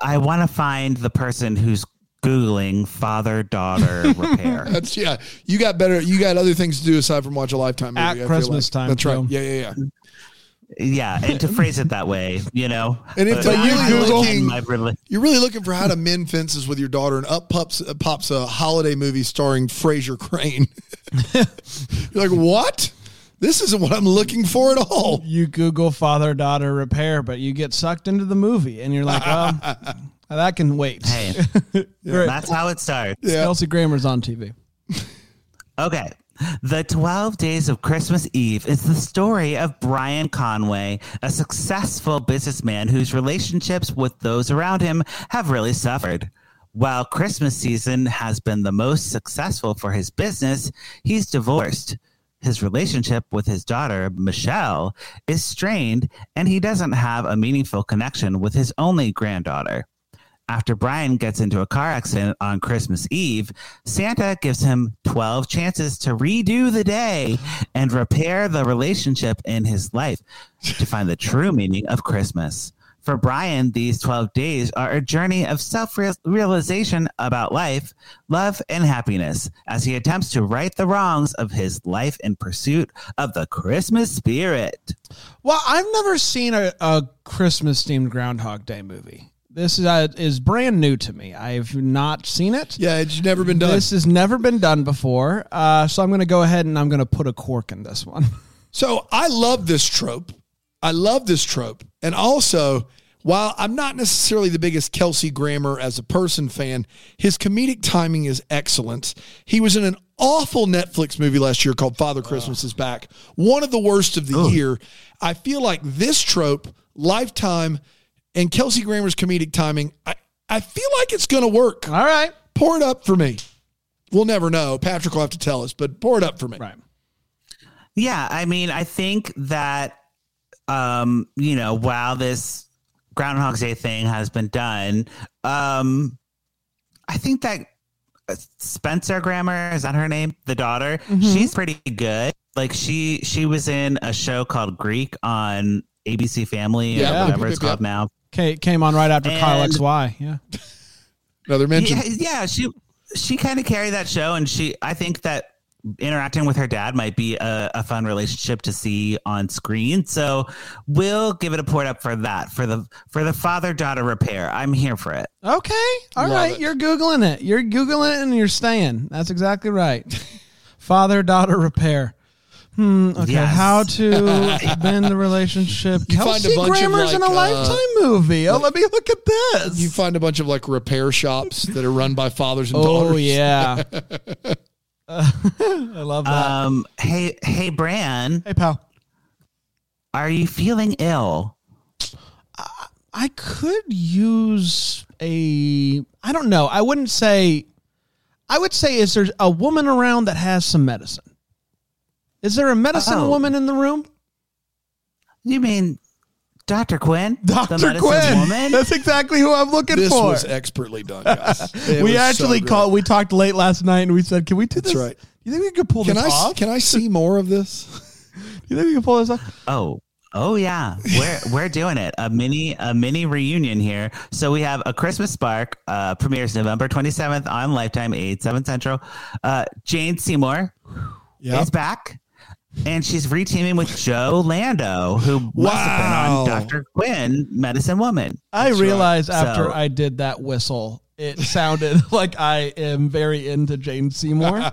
[SPEAKER 2] I want to find the person who's Googling father daughter repair.
[SPEAKER 3] That's yeah. You got better. You got other things to do aside from watch a lifetime movie
[SPEAKER 1] At
[SPEAKER 3] I feel
[SPEAKER 1] Christmas
[SPEAKER 3] like.
[SPEAKER 1] time,
[SPEAKER 3] That's right.
[SPEAKER 1] Joe.
[SPEAKER 3] Yeah, yeah, yeah.
[SPEAKER 2] yeah, and to phrase it that way, you know.
[SPEAKER 3] And if
[SPEAKER 2] But
[SPEAKER 3] they're
[SPEAKER 2] now
[SPEAKER 3] really
[SPEAKER 2] I live
[SPEAKER 3] Googling-
[SPEAKER 2] in my rela-
[SPEAKER 3] You're really looking for how to mend fences with your daughter, and up pops uh, pops a holiday movie starring Fraser Crane. You're like, what? This isn't what I'm looking for at all.
[SPEAKER 1] You Google father daughter repair, but you get sucked into the movie, and you're like, well, that can wait.
[SPEAKER 2] Hey,
[SPEAKER 1] Great.
[SPEAKER 2] that's how it starts.
[SPEAKER 3] Yeah.
[SPEAKER 1] Kelsey Grammer's on TV.
[SPEAKER 2] Okay, The 12 Days of Christmas Eve is the story of Brian Conway, a successful businessman whose relationships with those around him have really suffered. While Christmas season has been the most successful for his business, he's divorced. His relationship with his daughter, Michelle, is strained, and he doesn't have a meaningful connection with his only granddaughter. After Brian gets into a car accident on Christmas Eve, Santa gives him 12 chances to redo the day and repair the relationship in his life to find the true meaning of Christmas. For Brian, these 12 days are a journey of self realization about life, love, and happiness as he attempts to right the wrongs of his life in pursuit of the Christmas spirit.
[SPEAKER 1] Well, I've never seen a, a Christmas themed Groundhog Day movie. This is, uh, is brand new to me. I've not seen it.
[SPEAKER 3] Yeah, it's never been done.
[SPEAKER 1] This has never been done before. Uh, so I'm going to go ahead and I'm going to put a cork in this one.
[SPEAKER 3] So I love this trope. I love this trope. And also, while I'm not necessarily the biggest Kelsey Grammer as a person fan, his comedic timing is excellent. He was in an awful Netflix movie last year called Father Christmas is Back, one of the worst of the year. I feel like this trope, Lifetime, and Kelsey Grammer's comedic timing, I, I feel like it's going to work.
[SPEAKER 1] All right.
[SPEAKER 3] Pour it up for me. We'll never know. Patrick will have to tell us, but pour it up for me.
[SPEAKER 1] Right.
[SPEAKER 2] Yeah, I mean, I think that um, you know, while this Groundhog Day thing has been done, um, I think that uh, Spencer Grammer is that her name, the daughter. She's pretty good. Like she she was in a show called Greek on ABC Family
[SPEAKER 3] Yeah,
[SPEAKER 2] or whatever
[SPEAKER 3] yep,
[SPEAKER 2] it's
[SPEAKER 3] yep,
[SPEAKER 2] called
[SPEAKER 3] yep.
[SPEAKER 2] now.
[SPEAKER 1] Okay, came on right after Kyle
[SPEAKER 2] And-
[SPEAKER 1] XY. Yeah.
[SPEAKER 3] Another mention.
[SPEAKER 2] Yeah, yeah, she she kind of carried that show, and she I think that interacting with her dad might be a, a fun relationship to see on screen. So we'll give it a port up for that for the for the father daughter repair. I'm here for it.
[SPEAKER 1] Okay. all
[SPEAKER 3] Love
[SPEAKER 1] right.
[SPEAKER 3] it.
[SPEAKER 1] You're Googling it. You're Googling it and you're staying. That's exactly right. Father daughter repair. Hmm. Okay.
[SPEAKER 2] Yes.
[SPEAKER 1] How to mend the relationship.
[SPEAKER 3] find a
[SPEAKER 1] Kelsey
[SPEAKER 3] bunch of,
[SPEAKER 1] Grammer's in a
[SPEAKER 3] like, uh,
[SPEAKER 1] lifetime movie. Oh, let me look at this.
[SPEAKER 3] You find a bunch of like repair shops that are run by fathers and
[SPEAKER 1] oh,
[SPEAKER 3] daughters.
[SPEAKER 1] yeah. Uh, I love that.
[SPEAKER 2] Um, hey hey Bran,
[SPEAKER 1] Uh, hey, pal.
[SPEAKER 2] are you feeling ill?
[SPEAKER 1] I could use a. I don't know. I wouldn't say. I would say, is there a woman around that has some medicine? Is there a medicine
[SPEAKER 2] Oh.
[SPEAKER 1] woman in the room?
[SPEAKER 2] You mean Doctor Quinn, the medicine woman?
[SPEAKER 1] That's exactly who I'm looking
[SPEAKER 3] This
[SPEAKER 1] for.
[SPEAKER 3] was expertly done, guys. It was
[SPEAKER 1] we
[SPEAKER 3] so
[SPEAKER 1] actually
[SPEAKER 3] great.
[SPEAKER 1] called. We talked late last night, and we said, "Can we do this?
[SPEAKER 3] right.
[SPEAKER 1] You think we could pull
[SPEAKER 3] Can
[SPEAKER 1] this
[SPEAKER 3] I s-
[SPEAKER 1] off?
[SPEAKER 3] can I see more of this?
[SPEAKER 1] you think we could pull this off?"
[SPEAKER 2] Oh. Oh yeah, we're we're doing it. A mini a mini reunion here. So we have a Christmas Spark uh, premieres November twenty seventh on Lifetime eight seven Central. Uh, Jane Seymour
[SPEAKER 3] Yeah.
[SPEAKER 2] is back, and she's reteaming with Joe Lando, who must
[SPEAKER 3] Wow.
[SPEAKER 2] have been on Doctor Quinn, Medicine Woman.
[SPEAKER 1] I realized after
[SPEAKER 2] So-
[SPEAKER 1] I did that whistle, it sounded like I am very into Jane Seymour.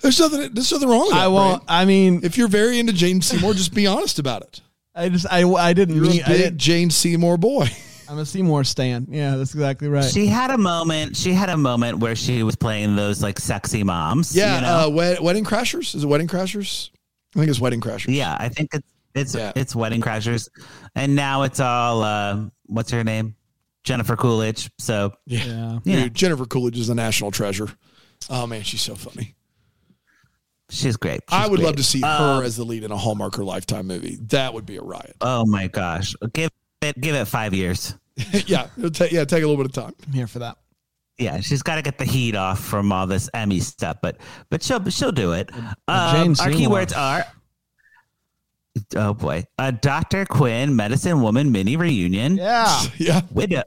[SPEAKER 3] There's nothing there's nothing wrong with that.
[SPEAKER 1] I won't.
[SPEAKER 3] Brand.
[SPEAKER 1] I mean,
[SPEAKER 3] If you're very into Jane Seymour, just be honest about it.
[SPEAKER 1] I just I, I didn't
[SPEAKER 3] You're
[SPEAKER 1] mean
[SPEAKER 3] a
[SPEAKER 1] I
[SPEAKER 3] big
[SPEAKER 1] didn't,
[SPEAKER 3] Jane Seymour boy.
[SPEAKER 1] I'm a Seymour stan. Yeah, that's exactly right.
[SPEAKER 2] She had a moment. She had a moment where she was playing those like sexy moms.
[SPEAKER 3] Yeah,
[SPEAKER 2] you know?
[SPEAKER 3] uh, wed- Wedding Crashers is it Wedding Crashers? I think it's Wedding Crashers.
[SPEAKER 2] yeah. I think it's it's
[SPEAKER 3] Yeah.
[SPEAKER 2] it's Wedding Crashers, and now it's all uh, what's her name, Jennifer Coolidge. So
[SPEAKER 1] yeah.
[SPEAKER 2] yeah,
[SPEAKER 3] Dude, Jennifer Coolidge is a national treasure. Oh man, she's so funny.
[SPEAKER 2] she's great.
[SPEAKER 3] I
[SPEAKER 2] She's
[SPEAKER 3] would
[SPEAKER 2] great.
[SPEAKER 3] love to see
[SPEAKER 1] Um,
[SPEAKER 3] her as the lead in a Hallmark or Lifetime movie. That would be a riot.
[SPEAKER 2] Oh my gosh, give it give it five years.
[SPEAKER 3] yeah, it'll ta- yeah, take a little bit of time.
[SPEAKER 1] I'm here for that.
[SPEAKER 2] Yeah, she's got to get the heat off from all this Emmy stuff, but but she'll she'll do it. Um,
[SPEAKER 1] Jane
[SPEAKER 2] our
[SPEAKER 1] Seymour.
[SPEAKER 2] keywords are oh boy, a Doctor Quinn medicine woman mini reunion.
[SPEAKER 1] Yeah.
[SPEAKER 3] Yeah,
[SPEAKER 2] widow,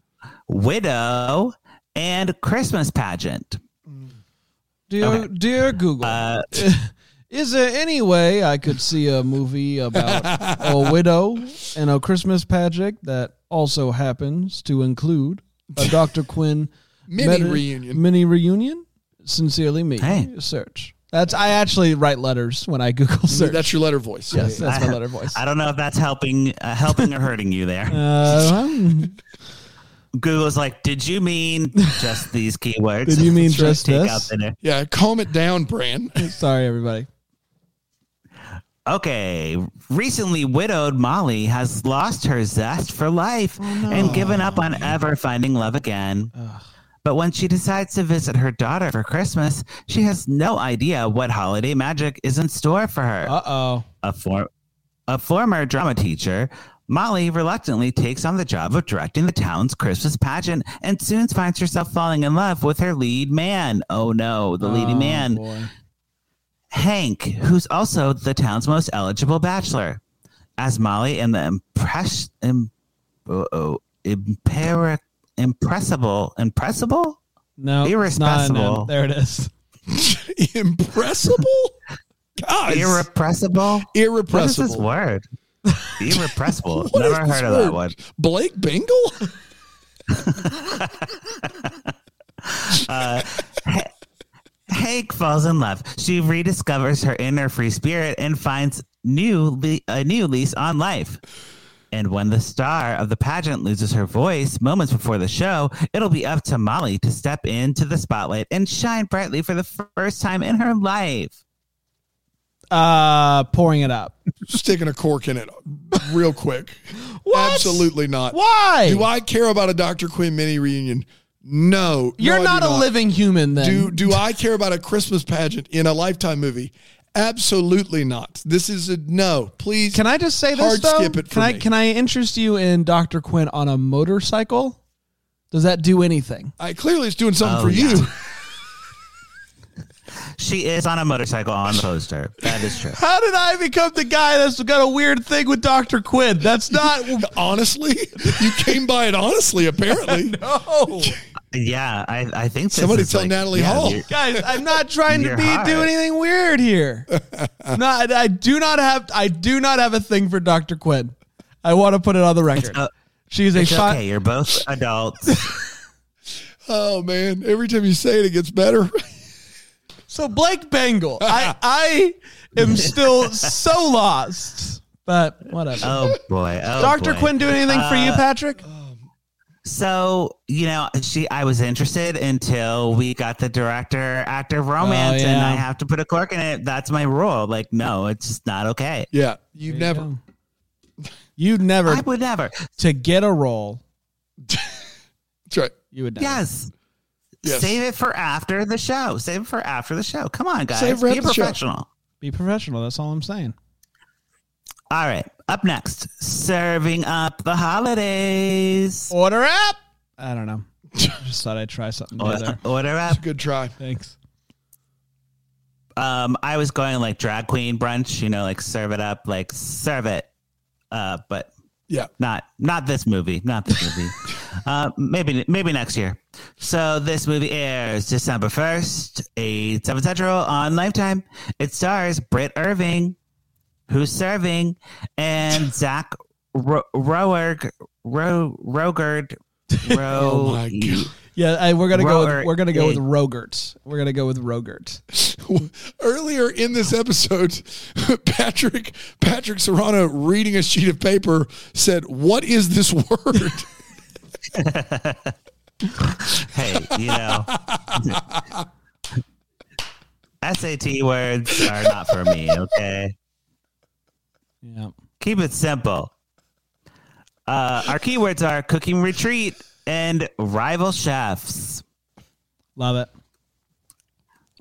[SPEAKER 2] widow, and Christmas pageant.
[SPEAKER 1] Dear dear Google,
[SPEAKER 2] Uh,
[SPEAKER 1] is there any way I could see a movie about a widow and a Christmas pageant that also happens to include a Dr. Quinn
[SPEAKER 3] Mini
[SPEAKER 1] medi-
[SPEAKER 3] reunion.
[SPEAKER 1] Mini reunion. Sincerely, me.
[SPEAKER 2] Hey.
[SPEAKER 1] Search. That's I actually write letters when I Google search.
[SPEAKER 3] that's your letter voice.
[SPEAKER 1] yes,
[SPEAKER 3] Yeah,
[SPEAKER 1] that's my letter voice.
[SPEAKER 2] I don't know if that's helping, uh, helping or hurting you there.
[SPEAKER 1] Uh,
[SPEAKER 2] Google's like, did you mean just these keywords?
[SPEAKER 1] Did you mean
[SPEAKER 2] That's right.
[SPEAKER 1] just
[SPEAKER 2] Take
[SPEAKER 1] this?
[SPEAKER 2] out the-
[SPEAKER 3] Yeah, calm it down, Bran.
[SPEAKER 1] Sorry, everybody.
[SPEAKER 2] Okay. Recently widowed Molly has lost her zest for
[SPEAKER 1] Oh,
[SPEAKER 2] life and given up on ever finding love again. But when she decides to visit her daughter for Christmas, she has no idea what holiday magic is in store for her.
[SPEAKER 1] Uh oh.
[SPEAKER 2] a, for- a former drama teacher, Molly reluctantly takes on the job of directing the town's Christmas pageant and soon finds herself falling in love with her lead man. Oh no, the leading man. Hank, who's also the town's most eligible bachelor. As Molly and the impress, im, uh-oh, impera, impressible, impressible?
[SPEAKER 1] No, it's not a no.
[SPEAKER 2] Irresponsible.
[SPEAKER 1] There it is.
[SPEAKER 3] Impressible? God.
[SPEAKER 2] Irrepressible? What is this
[SPEAKER 3] irrepressible.
[SPEAKER 2] word? Irrepressible.
[SPEAKER 3] What is
[SPEAKER 2] Never
[SPEAKER 3] this
[SPEAKER 2] heard of that
[SPEAKER 3] word?
[SPEAKER 2] one.
[SPEAKER 3] Blake Bingle?
[SPEAKER 2] Hank falls in love. She rediscovers her inner free spirit and finds new le- a new lease on life. And when the star of the pageant loses her voice moments before the show, it'll be up to Molly to step into the spotlight and shine brightly for the first time in her life.
[SPEAKER 1] Uh, pouring it up.
[SPEAKER 3] Sticking a cork in it real quick.
[SPEAKER 1] What?
[SPEAKER 3] Absolutely not.
[SPEAKER 1] Why?
[SPEAKER 3] Uh, Do I care about a Dr. Quinn mini reunion? No.
[SPEAKER 1] You're
[SPEAKER 3] No, I
[SPEAKER 1] not
[SPEAKER 3] do
[SPEAKER 1] a living human then.
[SPEAKER 3] Do do I care about a Christmas pageant in a lifetime movie? Absolutely not. This is a no. Please
[SPEAKER 1] Can I just say this
[SPEAKER 3] Hard
[SPEAKER 1] though?
[SPEAKER 3] skip it for
[SPEAKER 1] can I
[SPEAKER 3] me.
[SPEAKER 1] can I interest you in Dr. Quinn on a motorcycle? Does that do anything?
[SPEAKER 3] I clearly it's doing something
[SPEAKER 2] Oh,
[SPEAKER 3] for you.
[SPEAKER 2] yeah. She is on a motorcycle on the poster. That is true.
[SPEAKER 1] How did I become the guy that's got a weird thing with Dr. Quinn? That's not
[SPEAKER 3] honestly, you came by it honestly. Apparently,
[SPEAKER 1] Oh,
[SPEAKER 2] Yeah, I, I think this
[SPEAKER 3] Somebody
[SPEAKER 2] is
[SPEAKER 3] tell
[SPEAKER 2] like-
[SPEAKER 3] Natalie
[SPEAKER 2] yeah,
[SPEAKER 3] Hall.
[SPEAKER 2] you're-
[SPEAKER 1] guys, I'm not trying to
[SPEAKER 2] You're
[SPEAKER 1] be
[SPEAKER 2] hot.
[SPEAKER 1] do anything weird here. It's not I do not have I do not have a thing for Dr. Quinn. I want to put it on the record.
[SPEAKER 2] uh,
[SPEAKER 1] She's a
[SPEAKER 2] It's
[SPEAKER 1] fi-
[SPEAKER 2] okay. You're both adults.
[SPEAKER 3] oh man! Every time you say it, it gets better.
[SPEAKER 1] So Blake Bengal, I I am still so lost, but whatever.
[SPEAKER 2] Oh boy. Oh,
[SPEAKER 1] Dr.
[SPEAKER 2] boy.
[SPEAKER 1] Quinn do anything for you, Patrick?
[SPEAKER 2] So, you know, she I was interested until we got the director actor
[SPEAKER 3] Oh,
[SPEAKER 2] romance and
[SPEAKER 1] yeah.
[SPEAKER 2] I have to put a cork in it. That's my rule. Like, no, it's just not okay.
[SPEAKER 3] yeah, you never.
[SPEAKER 1] You never
[SPEAKER 2] I would never.
[SPEAKER 1] to get a role.
[SPEAKER 3] That's right.
[SPEAKER 1] You would never.
[SPEAKER 2] Yes.
[SPEAKER 3] Yes.
[SPEAKER 2] Save it for after the show. Save it for after the show. Come on, guys.
[SPEAKER 3] Save it for
[SPEAKER 2] Be
[SPEAKER 3] after the show.
[SPEAKER 2] professional.
[SPEAKER 1] Be professional. That's all I'm saying.
[SPEAKER 2] All right. Up next, serving up the holidays.
[SPEAKER 1] Order up. Oh, I don't know. Just thought I'd try
[SPEAKER 3] Oh,
[SPEAKER 1] something new there.
[SPEAKER 2] Order up.
[SPEAKER 3] Good try.
[SPEAKER 1] Thanks.
[SPEAKER 2] Um, I was going like drag queen brunch, you know, like serve it up, like serve it. Uh, but
[SPEAKER 3] Yeah.
[SPEAKER 2] not not this movie not this movie uh, maybe maybe next year so this movie airs december 1st 8 7 central on lifetime it stars britt irving who's serving and zach Ro- roerg Ro- rogerd Ro-
[SPEAKER 3] Oh my god.
[SPEAKER 1] Yeah, I, we're gonna go. With,
[SPEAKER 2] Robert
[SPEAKER 1] we're gonna go with
[SPEAKER 2] Egg.
[SPEAKER 1] Rogert. We're gonna go with Rogert.
[SPEAKER 3] Earlier in this episode, Patrick Patrick Serrano reading a sheet of paper said, "What is this word?"
[SPEAKER 2] hey you know sat words are not for me okay
[SPEAKER 1] Yeah.
[SPEAKER 2] Keep it simple. Uh, our keywords are cooking retreat and rival chefs.
[SPEAKER 1] Love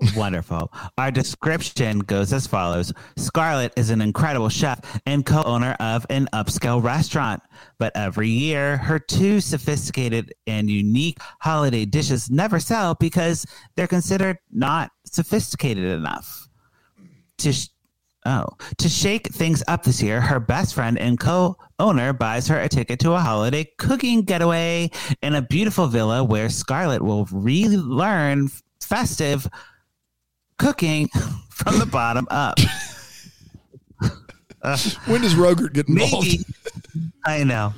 [SPEAKER 1] it.
[SPEAKER 2] Wonderful. Our description goes as follows Scarlett is an incredible chef and co owner of an upscale restaurant. But every year, her two sophisticated and unique holiday dishes never sell because they're considered not sophisticated enough. To sh- Oh, to shake things up this year, her best friend and co-owner buys her a ticket to a holiday cooking getaway in a beautiful villa where Scarlett will relearn festive cooking from the bottom up.
[SPEAKER 3] when does Rogert get involved?
[SPEAKER 2] Maybe I know.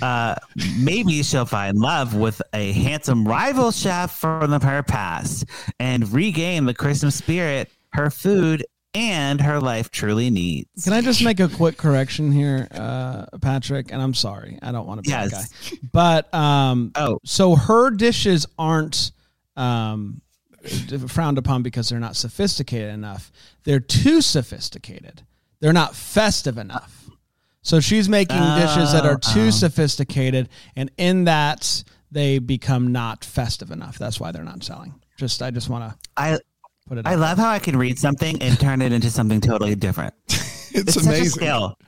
[SPEAKER 2] Uh, maybe she'll find love with a handsome rival chef from her past and regain the Christmas spirit her food and her life truly needs.
[SPEAKER 1] Can I just make a quick correction here, uh, Patrick? And I'm sorry, I don't want to be
[SPEAKER 2] Yes.
[SPEAKER 1] that guy. But um,
[SPEAKER 2] Oh.
[SPEAKER 1] so her dishes aren't um, frowned upon because they're not sophisticated enough. They're too sophisticated. They're not festive enough. So she's making dishes that are too sophisticated, and in that they become not festive enough. That's why they're not selling. Just I just want to
[SPEAKER 2] I
[SPEAKER 1] put it.
[SPEAKER 2] I
[SPEAKER 1] out.
[SPEAKER 2] love how I can read something and turn it into something totally different.
[SPEAKER 3] It's,
[SPEAKER 2] It's such a
[SPEAKER 3] amazing.
[SPEAKER 2] skill.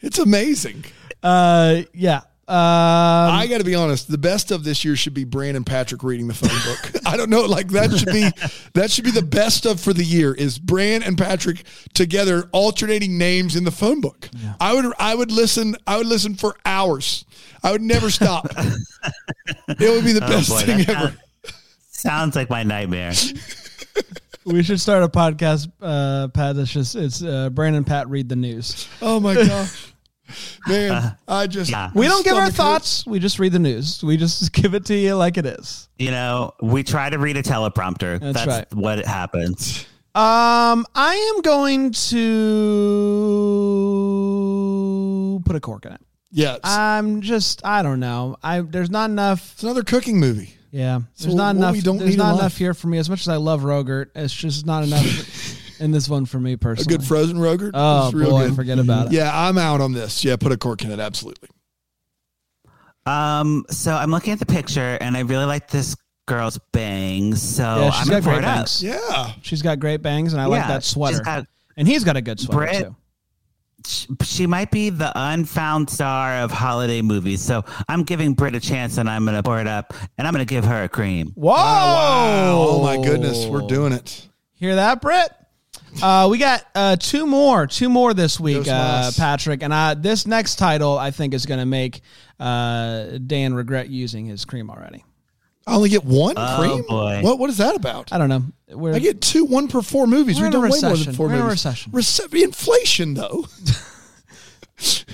[SPEAKER 3] It's amazing.
[SPEAKER 1] Uh, yeah. Um,
[SPEAKER 3] I got to be honest. The best of this year should be Brandon Patrick reading the phone book. I don't know. Like that should be that should be the best of for the year is Brand and Patrick together alternating names in the phone book. I would I would listen I would listen for hours. I would never stop. it would be the best
[SPEAKER 2] Oh, boy,
[SPEAKER 3] thing
[SPEAKER 2] that
[SPEAKER 3] ever.
[SPEAKER 2] sounds- Sounds like my nightmare.
[SPEAKER 1] We should start a podcast, uh, Pat. That's just it's uh, Brandon Pat read the news.
[SPEAKER 3] Oh my gosh. Man, I just
[SPEAKER 2] Uh, yeah.
[SPEAKER 1] We don't give our
[SPEAKER 3] stomach hurts.
[SPEAKER 1] thoughts. We just read the news. We just give it to you like it is.
[SPEAKER 2] You know, we try to read a teleprompter.
[SPEAKER 1] That's
[SPEAKER 2] That's,
[SPEAKER 1] right.
[SPEAKER 2] what it happens.
[SPEAKER 1] Um, I am going to put a cork in it.
[SPEAKER 3] Yeah, it's,
[SPEAKER 1] I'm just I don't know. I there's not enough.
[SPEAKER 3] it's another cooking movie.
[SPEAKER 1] Yeah, there's
[SPEAKER 3] So
[SPEAKER 1] not
[SPEAKER 3] what
[SPEAKER 1] enough.
[SPEAKER 3] we don't
[SPEAKER 1] there's
[SPEAKER 3] need in
[SPEAKER 1] not enough
[SPEAKER 3] life.
[SPEAKER 1] here for me. As much as I love Rogert, it's just not enough in this one for me
[SPEAKER 3] A
[SPEAKER 1] personally.
[SPEAKER 3] good frozen Rogert.
[SPEAKER 1] Oh
[SPEAKER 3] It's real
[SPEAKER 1] boy,
[SPEAKER 3] good.
[SPEAKER 1] forget about it.
[SPEAKER 3] Yeah, I'm out on this. Yeah, put a cork in it. Absolutely.
[SPEAKER 2] Um, so I'm looking at the picture and I really like this girl's bangs. So
[SPEAKER 1] Yeah, she's
[SPEAKER 2] Oh, I'm
[SPEAKER 1] got
[SPEAKER 2] gonna pour
[SPEAKER 1] great
[SPEAKER 2] it up.
[SPEAKER 1] bangs.
[SPEAKER 3] Yeah.
[SPEAKER 1] She's got great bangs, and I like
[SPEAKER 2] Yeah,
[SPEAKER 1] that
[SPEAKER 2] she's
[SPEAKER 1] sweater.
[SPEAKER 2] got-
[SPEAKER 1] and he's got a good sweater
[SPEAKER 2] Brett-
[SPEAKER 1] too.
[SPEAKER 2] She- She might be the unfound star of holiday movies. So I'm giving Brit a chance and I'm gonna pour it up and I'm gonna give her a cream.
[SPEAKER 1] Whoa!
[SPEAKER 3] Oh my goodness, we're doing it.
[SPEAKER 1] Hear that, Britt? Uh, we got uh, two more, two more this week,
[SPEAKER 3] Dos
[SPEAKER 1] uh,
[SPEAKER 3] mas.
[SPEAKER 1] Patrick. And I, this next title, I think, is going to make uh, Dan regret using his cream already.
[SPEAKER 3] I only get one
[SPEAKER 2] Oh,
[SPEAKER 3] cream.
[SPEAKER 2] boy.
[SPEAKER 3] What what is that about?
[SPEAKER 1] I don't know. We're,
[SPEAKER 3] I get two, one per four movies.
[SPEAKER 1] We're
[SPEAKER 3] We've
[SPEAKER 1] in a
[SPEAKER 3] done way more than
[SPEAKER 1] recession.
[SPEAKER 3] 4
[SPEAKER 1] We're in a
[SPEAKER 3] movies.
[SPEAKER 1] recession.
[SPEAKER 3] Rece- inflation though.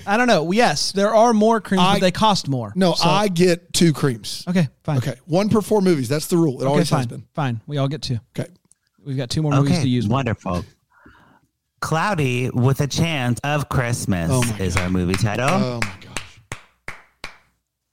[SPEAKER 1] I don't know. Yes, there are more creams,
[SPEAKER 3] I-
[SPEAKER 1] but they cost more.
[SPEAKER 3] No,
[SPEAKER 1] So-
[SPEAKER 3] I get two creams.
[SPEAKER 1] Okay, fine.
[SPEAKER 3] Okay, one per four movies. That's the rule. It
[SPEAKER 1] okay
[SPEAKER 3] always has
[SPEAKER 1] fine.
[SPEAKER 3] been.
[SPEAKER 1] Fine. We all get two.
[SPEAKER 3] Okay,
[SPEAKER 1] We've got two more movies
[SPEAKER 2] Okay,
[SPEAKER 1] to use.
[SPEAKER 2] wonderful. Cloudy with a chance of Christmas
[SPEAKER 3] Oh my
[SPEAKER 2] is our movie title.
[SPEAKER 3] Oh my gosh.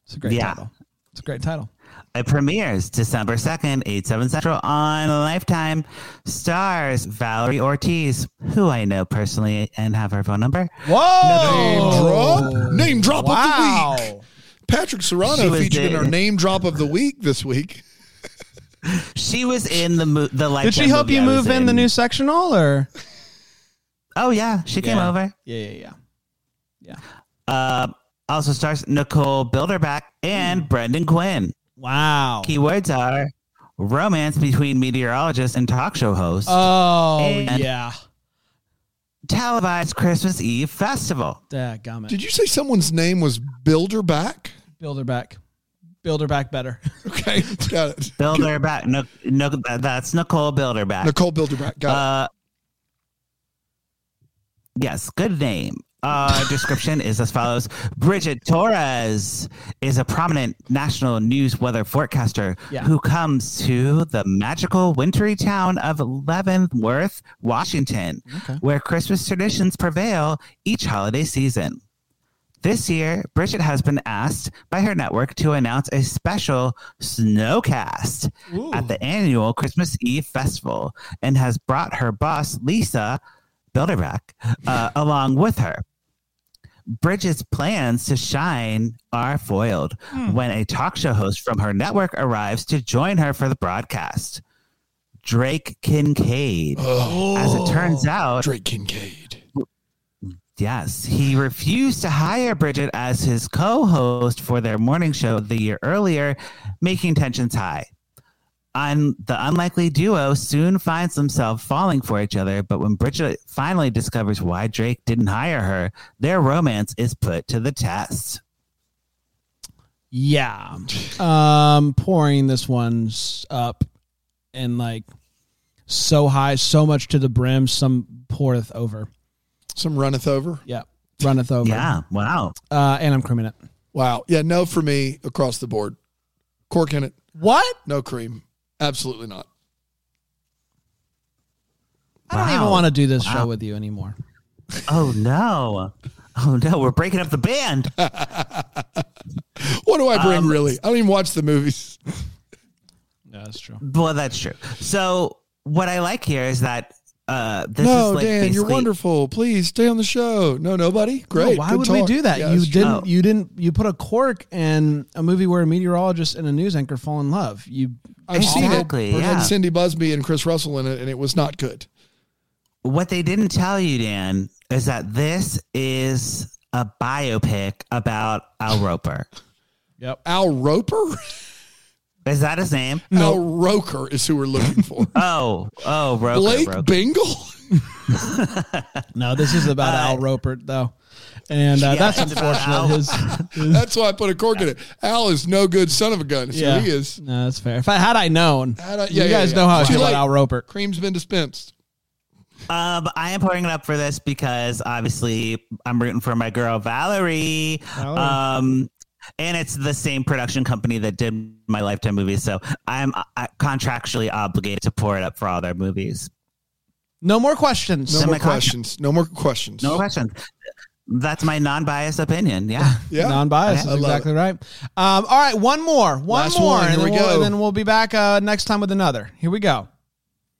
[SPEAKER 1] It's a great
[SPEAKER 2] Yeah.
[SPEAKER 1] title. It's a great title.
[SPEAKER 2] It premieres December 2nd, 8, 7 Central on Lifetime. Stars Valerie Ortiz, who I know personally and have her phone number.
[SPEAKER 1] Whoa!
[SPEAKER 3] Name drop. Name drop
[SPEAKER 1] wow.
[SPEAKER 3] of the week. Patrick
[SPEAKER 2] She
[SPEAKER 3] Serrano
[SPEAKER 2] was
[SPEAKER 3] featured in
[SPEAKER 2] there.
[SPEAKER 3] our name drop of the week this week.
[SPEAKER 2] She was in the mo- the Lifetime.
[SPEAKER 1] Did she help
[SPEAKER 2] movie
[SPEAKER 1] you
[SPEAKER 2] I was
[SPEAKER 1] move in, the
[SPEAKER 2] in.
[SPEAKER 1] new sectional or?
[SPEAKER 2] Oh, yeah. She came
[SPEAKER 1] Yeah.
[SPEAKER 2] over.
[SPEAKER 1] Yeah, yeah, yeah.
[SPEAKER 2] Uh, also stars Nicole Bilderback
[SPEAKER 1] Hmm.
[SPEAKER 2] and Brendan Quinn.
[SPEAKER 1] Wow.
[SPEAKER 2] Keywords are romance between meteorologists and talk show hosts,
[SPEAKER 1] Oh
[SPEAKER 2] And-
[SPEAKER 1] yeah.
[SPEAKER 2] televised Christmas Eve festival.
[SPEAKER 1] Dadgummit.
[SPEAKER 3] Did you say someone's name was Builder Back?
[SPEAKER 1] Build her back. Build her back better.
[SPEAKER 3] Okay, got it.
[SPEAKER 2] Bilderback. No, no, that's Nicole Bilderback.
[SPEAKER 3] Nicole Bilderback. Got it.
[SPEAKER 2] Uh, yes, good name. Uh, description is as follows Bridget Torres is a prominent national news weather forecaster
[SPEAKER 1] Yeah.
[SPEAKER 2] who comes to the magical wintry town of Leavenworth, Washington, where Christmas traditions prevail each holiday season. This year, Bridget has been asked by her network to announce a special snowcast
[SPEAKER 1] Ooh.
[SPEAKER 2] at the annual Christmas Eve festival and has brought her boss, Lisa Bilderback, uh, along with her. Bridget's plans to shine are foiled when a talk show host from her network arrives to join her for the broadcast. Drake Kincaid. Uh, As it turns out,
[SPEAKER 3] Oh. Drake Kincaid.
[SPEAKER 2] Yes, he refused to hire Bridget as his co host for their morning show the year earlier, making tensions high. Un- the unlikely duo soon finds themselves falling for each other, but when Bridget finally discovers why Drake didn't hire her, their romance is put to the test.
[SPEAKER 1] Yeah. Um pouring this one s- up and like so high, so much to the brim, some poureth over.
[SPEAKER 3] Some runneth over.
[SPEAKER 1] Yeah. Runneth over.
[SPEAKER 2] Yeah, wow.
[SPEAKER 1] Uh and I'm creaming it.
[SPEAKER 3] Wow. Yeah, no for me across the board. Cork in it.
[SPEAKER 1] What?
[SPEAKER 3] No cream. Absolutely not.
[SPEAKER 1] I don't even
[SPEAKER 2] Wow.
[SPEAKER 1] want to do this show
[SPEAKER 2] Wow.
[SPEAKER 1] with you anymore.
[SPEAKER 2] Oh no. Oh no, we're breaking up the band.
[SPEAKER 3] What do I
[SPEAKER 2] Um,
[SPEAKER 3] bring really? I don't even watch the movies.
[SPEAKER 1] Yeah, that's true.
[SPEAKER 2] Well, that's true. So what I like here is that uh this
[SPEAKER 3] no,
[SPEAKER 2] is like
[SPEAKER 3] Dan, you're
[SPEAKER 2] basically-
[SPEAKER 3] wonderful. Please stay on the show. No, nobody. Great.
[SPEAKER 1] No, why
[SPEAKER 3] Good
[SPEAKER 1] would we
[SPEAKER 3] talk.
[SPEAKER 1] do that?
[SPEAKER 3] Yeah,
[SPEAKER 1] you
[SPEAKER 3] that's true.
[SPEAKER 1] didn't.
[SPEAKER 2] Oh.
[SPEAKER 1] You didn't. You put a cork in a movie where a meteorologist and a news anchor fall in love. You.
[SPEAKER 3] I've
[SPEAKER 2] Exactly,
[SPEAKER 3] seen it. It
[SPEAKER 2] yeah.
[SPEAKER 3] had Cindy Busby and Chris Russell in it, and it was not good.
[SPEAKER 2] What they didn't tell you, Dan, is that this is a biopic about Al Roper.
[SPEAKER 1] Yep.
[SPEAKER 3] Al Roper?
[SPEAKER 2] Is that his name?
[SPEAKER 3] Al Roker is who we're looking for.
[SPEAKER 2] Oh, oh, Roker.
[SPEAKER 3] Blake
[SPEAKER 2] Roker.
[SPEAKER 3] Bingle?
[SPEAKER 1] No, this is about Al Roper though, and uh,
[SPEAKER 2] Yeah,
[SPEAKER 1] that's
[SPEAKER 2] it's about
[SPEAKER 1] unfortunate.
[SPEAKER 2] Al.
[SPEAKER 1] His, his-
[SPEAKER 3] That's why I put a cork in it. Al is no good son of a gun. So
[SPEAKER 1] yeah,
[SPEAKER 3] he is.
[SPEAKER 1] No, that's fair. If I had I known,
[SPEAKER 3] Had I-
[SPEAKER 1] you
[SPEAKER 3] yeah, yeah,
[SPEAKER 1] guys
[SPEAKER 3] yeah.
[SPEAKER 1] know how I
[SPEAKER 3] Too
[SPEAKER 1] feel about
[SPEAKER 3] late.
[SPEAKER 1] Al Roper.
[SPEAKER 3] Cream's been dispensed.
[SPEAKER 2] Um, I am pouring it up for this because obviously I'm rooting for my girl Valerie.
[SPEAKER 1] Valerie.
[SPEAKER 2] Um, and it's the same production company that did my Lifetime movies, so I'm uh, contractually obligated to pour it up for all their movies.
[SPEAKER 1] No more questions.
[SPEAKER 3] No
[SPEAKER 2] Semi-
[SPEAKER 3] more
[SPEAKER 2] Semiconductor.
[SPEAKER 3] questions. No more questions.
[SPEAKER 2] No questions. That's my non-biased opinion. Yeah.
[SPEAKER 3] Yeah.
[SPEAKER 1] Non-biased
[SPEAKER 3] I
[SPEAKER 1] is
[SPEAKER 3] love
[SPEAKER 1] exactly right. Um, all right, one more, one
[SPEAKER 3] Last
[SPEAKER 1] more,
[SPEAKER 3] one.
[SPEAKER 1] and,
[SPEAKER 3] Here
[SPEAKER 1] then
[SPEAKER 3] we
[SPEAKER 1] we'll,
[SPEAKER 3] go.
[SPEAKER 1] and then we'll be back uh, next time with another. Here we go.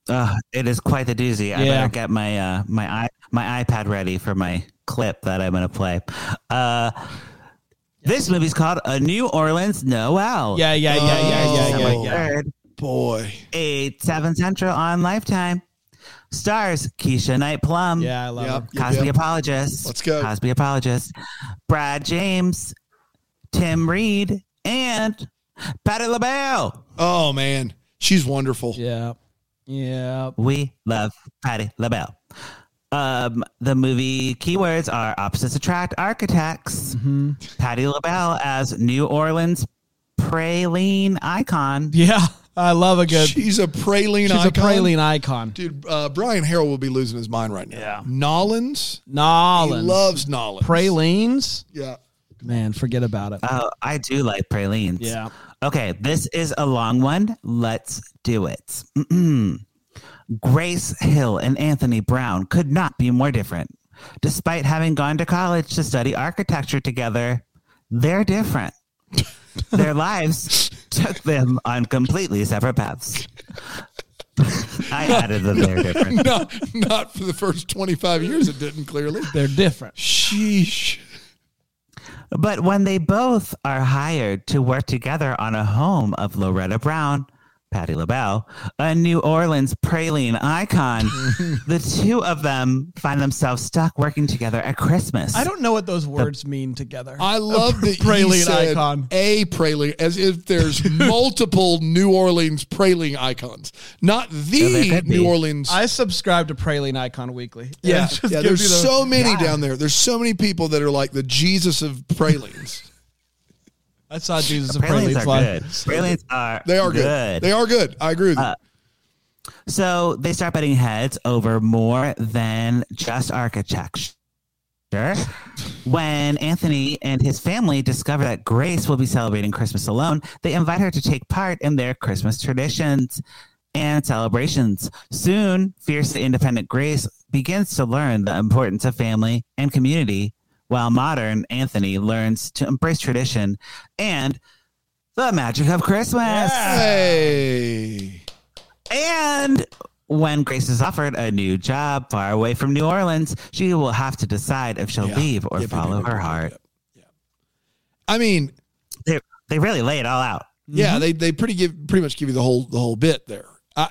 [SPEAKER 2] Uh, it is quite the doozy. I
[SPEAKER 1] Yeah.
[SPEAKER 2] better get my uh, my i my iPad ready for my clip that I'm gonna play. Uh, this movie's called A New Orleans Noel.
[SPEAKER 1] Yeah, yeah, yeah, yeah, yeah, yeah,
[SPEAKER 2] December
[SPEAKER 3] Oh.
[SPEAKER 1] yeah.
[SPEAKER 2] 3rd,
[SPEAKER 3] Boy.
[SPEAKER 2] eight seven central on Lifetime. Stars Keisha Knight Plum.
[SPEAKER 1] Yeah, I love
[SPEAKER 3] Yep.
[SPEAKER 1] it.
[SPEAKER 3] yep,
[SPEAKER 2] Cosby
[SPEAKER 3] yep.
[SPEAKER 2] apologist.
[SPEAKER 3] Let's go.
[SPEAKER 2] Cosby apologist. Brad James, Tim Reed, and Patty LaBelle.
[SPEAKER 3] Oh, man. She's wonderful.
[SPEAKER 1] Yeah, yeah.
[SPEAKER 2] We love Patty LaBelle. Um, the movie keywords are opposites attract architects. Patty LaBelle as New Orleans praline icon.
[SPEAKER 1] Yeah, I love a good.
[SPEAKER 3] She's a praline
[SPEAKER 1] she's
[SPEAKER 3] icon.
[SPEAKER 1] a praline icon.
[SPEAKER 3] Dude, uh, Brian Harrell will be losing his mind right now.
[SPEAKER 1] Yeah.
[SPEAKER 3] Nollins. He
[SPEAKER 1] Nolans.
[SPEAKER 3] loves Nollins.
[SPEAKER 1] pralines.
[SPEAKER 3] Yeah.
[SPEAKER 1] Man, forget about it.
[SPEAKER 2] Oh, I do like pralines.
[SPEAKER 1] Yeah.
[SPEAKER 2] Okay, this is a long one. Let's do it. Grace Hill and Anthony Brown could not be more different. Despite having gone to college to study architecture together, they're different. Their lives took them on completely separate paths. I added that they're different.
[SPEAKER 3] No, not for the first 25 years, it didn't clearly.
[SPEAKER 1] They're different.
[SPEAKER 3] Sheesh.
[SPEAKER 2] But when they both are hired to work together on a home of Loretta Brown, Patty LaBelle, a New Orleans praline icon, the two of them find themselves stuck working together at Christmas.
[SPEAKER 1] I don't know what those words mean together.
[SPEAKER 3] I love that
[SPEAKER 1] praline
[SPEAKER 3] he said
[SPEAKER 1] icon.
[SPEAKER 3] A praline, as if there's multiple New Orleans praline icons, not
[SPEAKER 2] there
[SPEAKER 3] the
[SPEAKER 2] could be.
[SPEAKER 3] New Orleans.
[SPEAKER 1] I subscribe to Praline Icon Weekly.
[SPEAKER 3] yeah,
[SPEAKER 1] It just
[SPEAKER 3] yeah,
[SPEAKER 1] gives
[SPEAKER 3] there's
[SPEAKER 1] you the-
[SPEAKER 3] so many down there. There's so many people that are like the Jesus of pralines.
[SPEAKER 1] I saw Jesus of
[SPEAKER 2] Pralines
[SPEAKER 1] Pralines,
[SPEAKER 2] are
[SPEAKER 1] live.
[SPEAKER 2] good. Pralines are
[SPEAKER 3] They are good. They are good. I agree with you.
[SPEAKER 2] Uh, so they start butting heads over more than just architecture. When Anthony and his family discover that Grace will be celebrating Christmas alone, they invite her to take part in their Christmas traditions and celebrations. Soon, fiercely independent Grace begins to learn the importance of family and community, while modern Anthony learns to embrace tradition and the magic of Christmas.
[SPEAKER 3] hey,
[SPEAKER 2] And when Grace is offered a new job far away from New Orleans, she will have to decide if she'll
[SPEAKER 3] Yeah.
[SPEAKER 2] leave or
[SPEAKER 3] Yep, yep,
[SPEAKER 2] follow
[SPEAKER 3] yep,
[SPEAKER 2] her
[SPEAKER 3] yep,
[SPEAKER 2] heart.
[SPEAKER 3] yep. I mean,
[SPEAKER 2] They, they really lay it all out.
[SPEAKER 3] Yeah, they they pretty give pretty much give you the whole the whole bit there. I,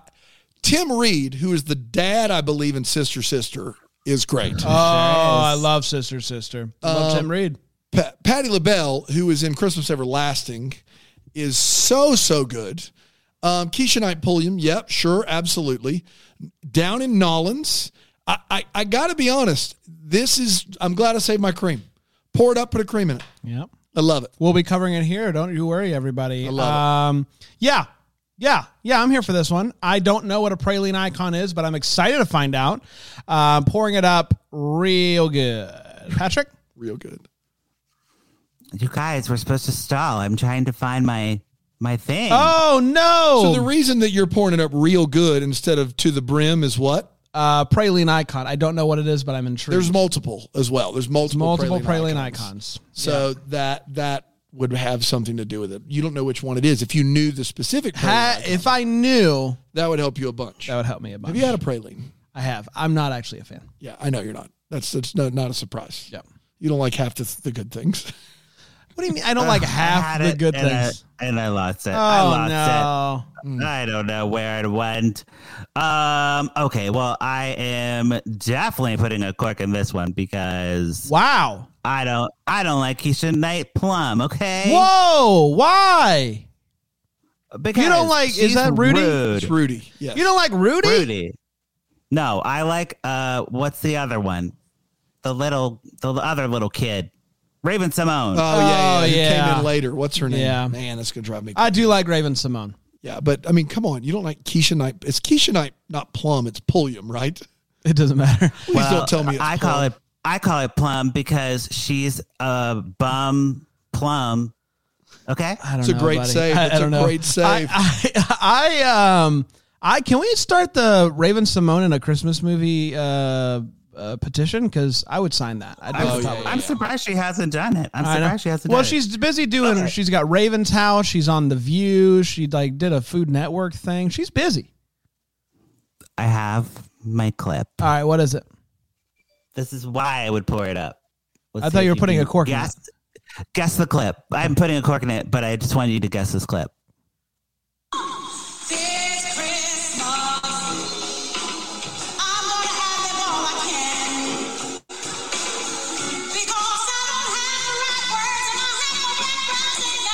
[SPEAKER 3] Tim Reed, who is the dad, I believe, in Sister Sister, is great.
[SPEAKER 1] Oh, I love Sister Sister. I love Tim Reed.
[SPEAKER 3] Pa- Patty LaBelle, who is in Christmas Everlasting, is so so good. Um, Keisha Knight Pulliam, yep, sure, absolutely. Down in Nollins, I, I I gotta be honest. This is I'm glad I saved my cream. Pour it up, put a cream in it.
[SPEAKER 1] Yep.
[SPEAKER 3] I love it.
[SPEAKER 1] We'll be covering it here. Don't you worry, everybody. I
[SPEAKER 3] love it.
[SPEAKER 1] um, Yeah. Yeah. Yeah. I'm here for this one. I don't know what a praline icon is, but I'm excited to find out. Uh, pouring it up real good. Patrick?
[SPEAKER 3] Real good.
[SPEAKER 2] You guys were supposed to stall. I'm trying to find my my thing.
[SPEAKER 1] Oh, no.
[SPEAKER 3] So the reason that you're pouring it up real good instead of to the brim is what?
[SPEAKER 1] uh, praline icon. I don't know what it is, but I'm intrigued.
[SPEAKER 3] There's multiple as well. There's multiple
[SPEAKER 1] multiple
[SPEAKER 3] praline
[SPEAKER 1] praline
[SPEAKER 3] icons.
[SPEAKER 1] icons.
[SPEAKER 3] So that that would have something to do with it. You don't know which one it is. If you knew the specific praline,
[SPEAKER 1] Ha- if I knew,
[SPEAKER 3] that would help you a bunch.
[SPEAKER 1] that would help me a bunch.
[SPEAKER 3] Have you had a praline?
[SPEAKER 1] I have. I'm not actually a fan.
[SPEAKER 3] Yeah, I know you're not. That's that's no, not a surprise.
[SPEAKER 1] Yep.
[SPEAKER 3] You don't like half the, the good things.
[SPEAKER 1] What do you mean? I don't like half the good
[SPEAKER 2] and
[SPEAKER 1] things.
[SPEAKER 2] I, and I lost it.
[SPEAKER 1] oh
[SPEAKER 2] I lost it.
[SPEAKER 1] no! Mm.
[SPEAKER 2] I don't know where it went. Um, okay, well, I am definitely putting a cork in this one because
[SPEAKER 1] Wow!
[SPEAKER 2] I don't, I don't like Keisha Knight Plum. Okay,
[SPEAKER 1] Whoa! Why?
[SPEAKER 2] Because
[SPEAKER 1] You don't like- is
[SPEAKER 2] she's
[SPEAKER 1] that Rudy?
[SPEAKER 3] It's
[SPEAKER 2] rude.
[SPEAKER 3] Rudy. Yeah.
[SPEAKER 1] You don't like Rudy?
[SPEAKER 2] Rudy. No, I like uh what's the other one? The little the other little kid. Raven Simone.
[SPEAKER 3] oh
[SPEAKER 1] Oh,
[SPEAKER 3] yeah, yeah. yeah. Who
[SPEAKER 1] yeah.
[SPEAKER 3] came in later? What's her name?
[SPEAKER 1] Yeah.
[SPEAKER 3] Man, that's gonna drive me.
[SPEAKER 1] I do like Raven Simone.
[SPEAKER 3] yeah, but I mean, come on. You don't like Keisha Knight? It's Keisha Knight, not Plum. It's Pulliam, right?
[SPEAKER 1] It doesn't matter.
[SPEAKER 3] Please don't tell me. It's
[SPEAKER 2] Uh, I call
[SPEAKER 3] Plum.
[SPEAKER 2] it I call it plum because she's a bum plum. Okay?
[SPEAKER 1] I don't
[SPEAKER 3] It's a
[SPEAKER 1] know,
[SPEAKER 3] great
[SPEAKER 1] buddy.
[SPEAKER 3] save.
[SPEAKER 1] I,
[SPEAKER 3] It's
[SPEAKER 1] I
[SPEAKER 3] a
[SPEAKER 1] don't know.
[SPEAKER 3] great save.
[SPEAKER 1] I, I, I um I can we start the Raven Simone in a Christmas movie uh, uh petition because I would sign that. I'd
[SPEAKER 2] I'm,
[SPEAKER 1] probably-
[SPEAKER 3] yeah, yeah,
[SPEAKER 2] I'm surprised she hasn't done it. I'm
[SPEAKER 1] I know.
[SPEAKER 2] surprised she hasn't
[SPEAKER 1] well,
[SPEAKER 2] done
[SPEAKER 1] she's busy doing. She's got Raven's house. She's on the View. She like did a Food Network thing. She's busy.
[SPEAKER 2] it. I have my clip.
[SPEAKER 1] All right, what is it?
[SPEAKER 2] This is why I would pour it up. Let's
[SPEAKER 1] I
[SPEAKER 2] see
[SPEAKER 1] thought
[SPEAKER 2] if
[SPEAKER 1] you were putting
[SPEAKER 2] can
[SPEAKER 1] a cork in
[SPEAKER 2] guess, Guess the clip. I'm putting a cork in it, but I just want you to guess this clip.
[SPEAKER 4] This Christmas, I'm gonna have it all I can. Because I don't have the right words and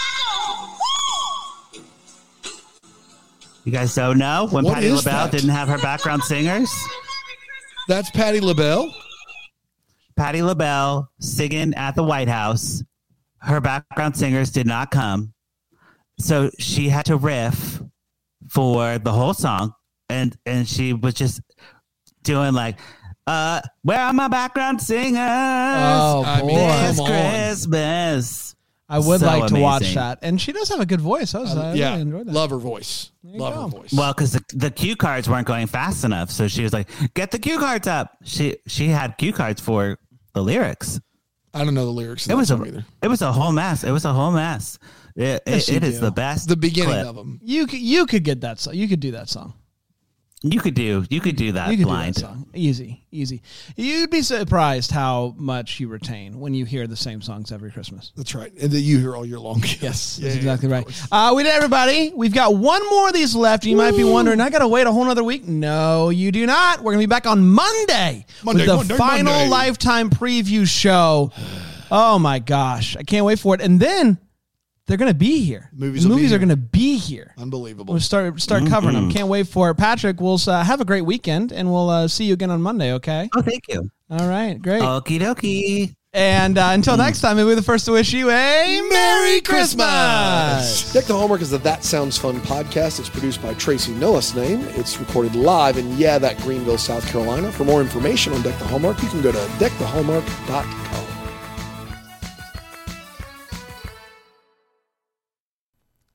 [SPEAKER 4] I have no background singers. All I know,
[SPEAKER 2] You guys don't know when
[SPEAKER 3] What
[SPEAKER 2] Patty
[SPEAKER 3] is
[SPEAKER 2] LaBelle
[SPEAKER 3] that?
[SPEAKER 2] didn't have her background singers?
[SPEAKER 3] That's Patty LaBelle.
[SPEAKER 2] Patty LaBelle singing at the White House. Her background singers did not come. So she had to riff for the whole song. And and she was just doing like, uh, where are my background singers?
[SPEAKER 1] Oh
[SPEAKER 3] I
[SPEAKER 1] boy,
[SPEAKER 3] mean,
[SPEAKER 2] this
[SPEAKER 3] come on.
[SPEAKER 2] Christmas.
[SPEAKER 1] I would
[SPEAKER 2] so
[SPEAKER 1] like to watch
[SPEAKER 2] amazing.
[SPEAKER 1] that. And she does have a good voice. I was, I
[SPEAKER 3] yeah,
[SPEAKER 1] really enjoyed that.
[SPEAKER 3] love her voice. Love her
[SPEAKER 1] go.
[SPEAKER 3] voice.
[SPEAKER 2] Well, because the, the cue cards weren't going fast enough, so she was like, "Get the cue cards up." She she had cue cards for the lyrics.
[SPEAKER 3] I don't know the lyrics.
[SPEAKER 2] It was a
[SPEAKER 3] either.
[SPEAKER 2] it was a whole mess. It was a whole mess. It,
[SPEAKER 1] Yes,
[SPEAKER 2] it-
[SPEAKER 1] you
[SPEAKER 2] it is
[SPEAKER 1] do.
[SPEAKER 2] the best.
[SPEAKER 3] The beginning
[SPEAKER 2] clip.
[SPEAKER 3] of them.
[SPEAKER 1] You could you could get that song. You could do that song.
[SPEAKER 2] You could do you could do that
[SPEAKER 1] You could
[SPEAKER 2] blind.
[SPEAKER 1] do that song. Easy, easy. You'd be surprised how much you retain when you hear the same songs every Christmas.
[SPEAKER 3] That's right, and that you hear all year long.
[SPEAKER 1] Yes,
[SPEAKER 3] Yeah,
[SPEAKER 1] that's
[SPEAKER 3] yeah,
[SPEAKER 1] exactly right. Uh, we did everybody. We've got one more of these left. You might be wondering, I got to wait a whole other week. No, you do not. We're gonna be back on Monday,
[SPEAKER 3] Monday,
[SPEAKER 1] with the
[SPEAKER 3] Monday,
[SPEAKER 1] final
[SPEAKER 3] Monday.
[SPEAKER 1] lifetime preview show. Oh my gosh, I can't wait for it. And then they're gonna be here.
[SPEAKER 3] Movies
[SPEAKER 1] the
[SPEAKER 3] will be
[SPEAKER 1] movies are
[SPEAKER 3] here.
[SPEAKER 1] gonna be here.
[SPEAKER 3] unbelievable.
[SPEAKER 1] We'll start start covering them. Can't wait for it. Patrick, we'll uh, have a great weekend, and we'll uh, see you again on Monday. Okay.
[SPEAKER 2] Oh, thank you.
[SPEAKER 1] All right. Great.
[SPEAKER 2] Okie dokie.
[SPEAKER 1] and uh, until next time, we'll be the first to wish you a Merry Christmas.
[SPEAKER 5] Deck the Homework is the That Sounds Fun podcast. It's produced by Tracy Noah's name. It's recorded live in, yeah, that Greenville, South Carolina. For more information on Deck the Hallmark, you can go to deckthehallmark.com.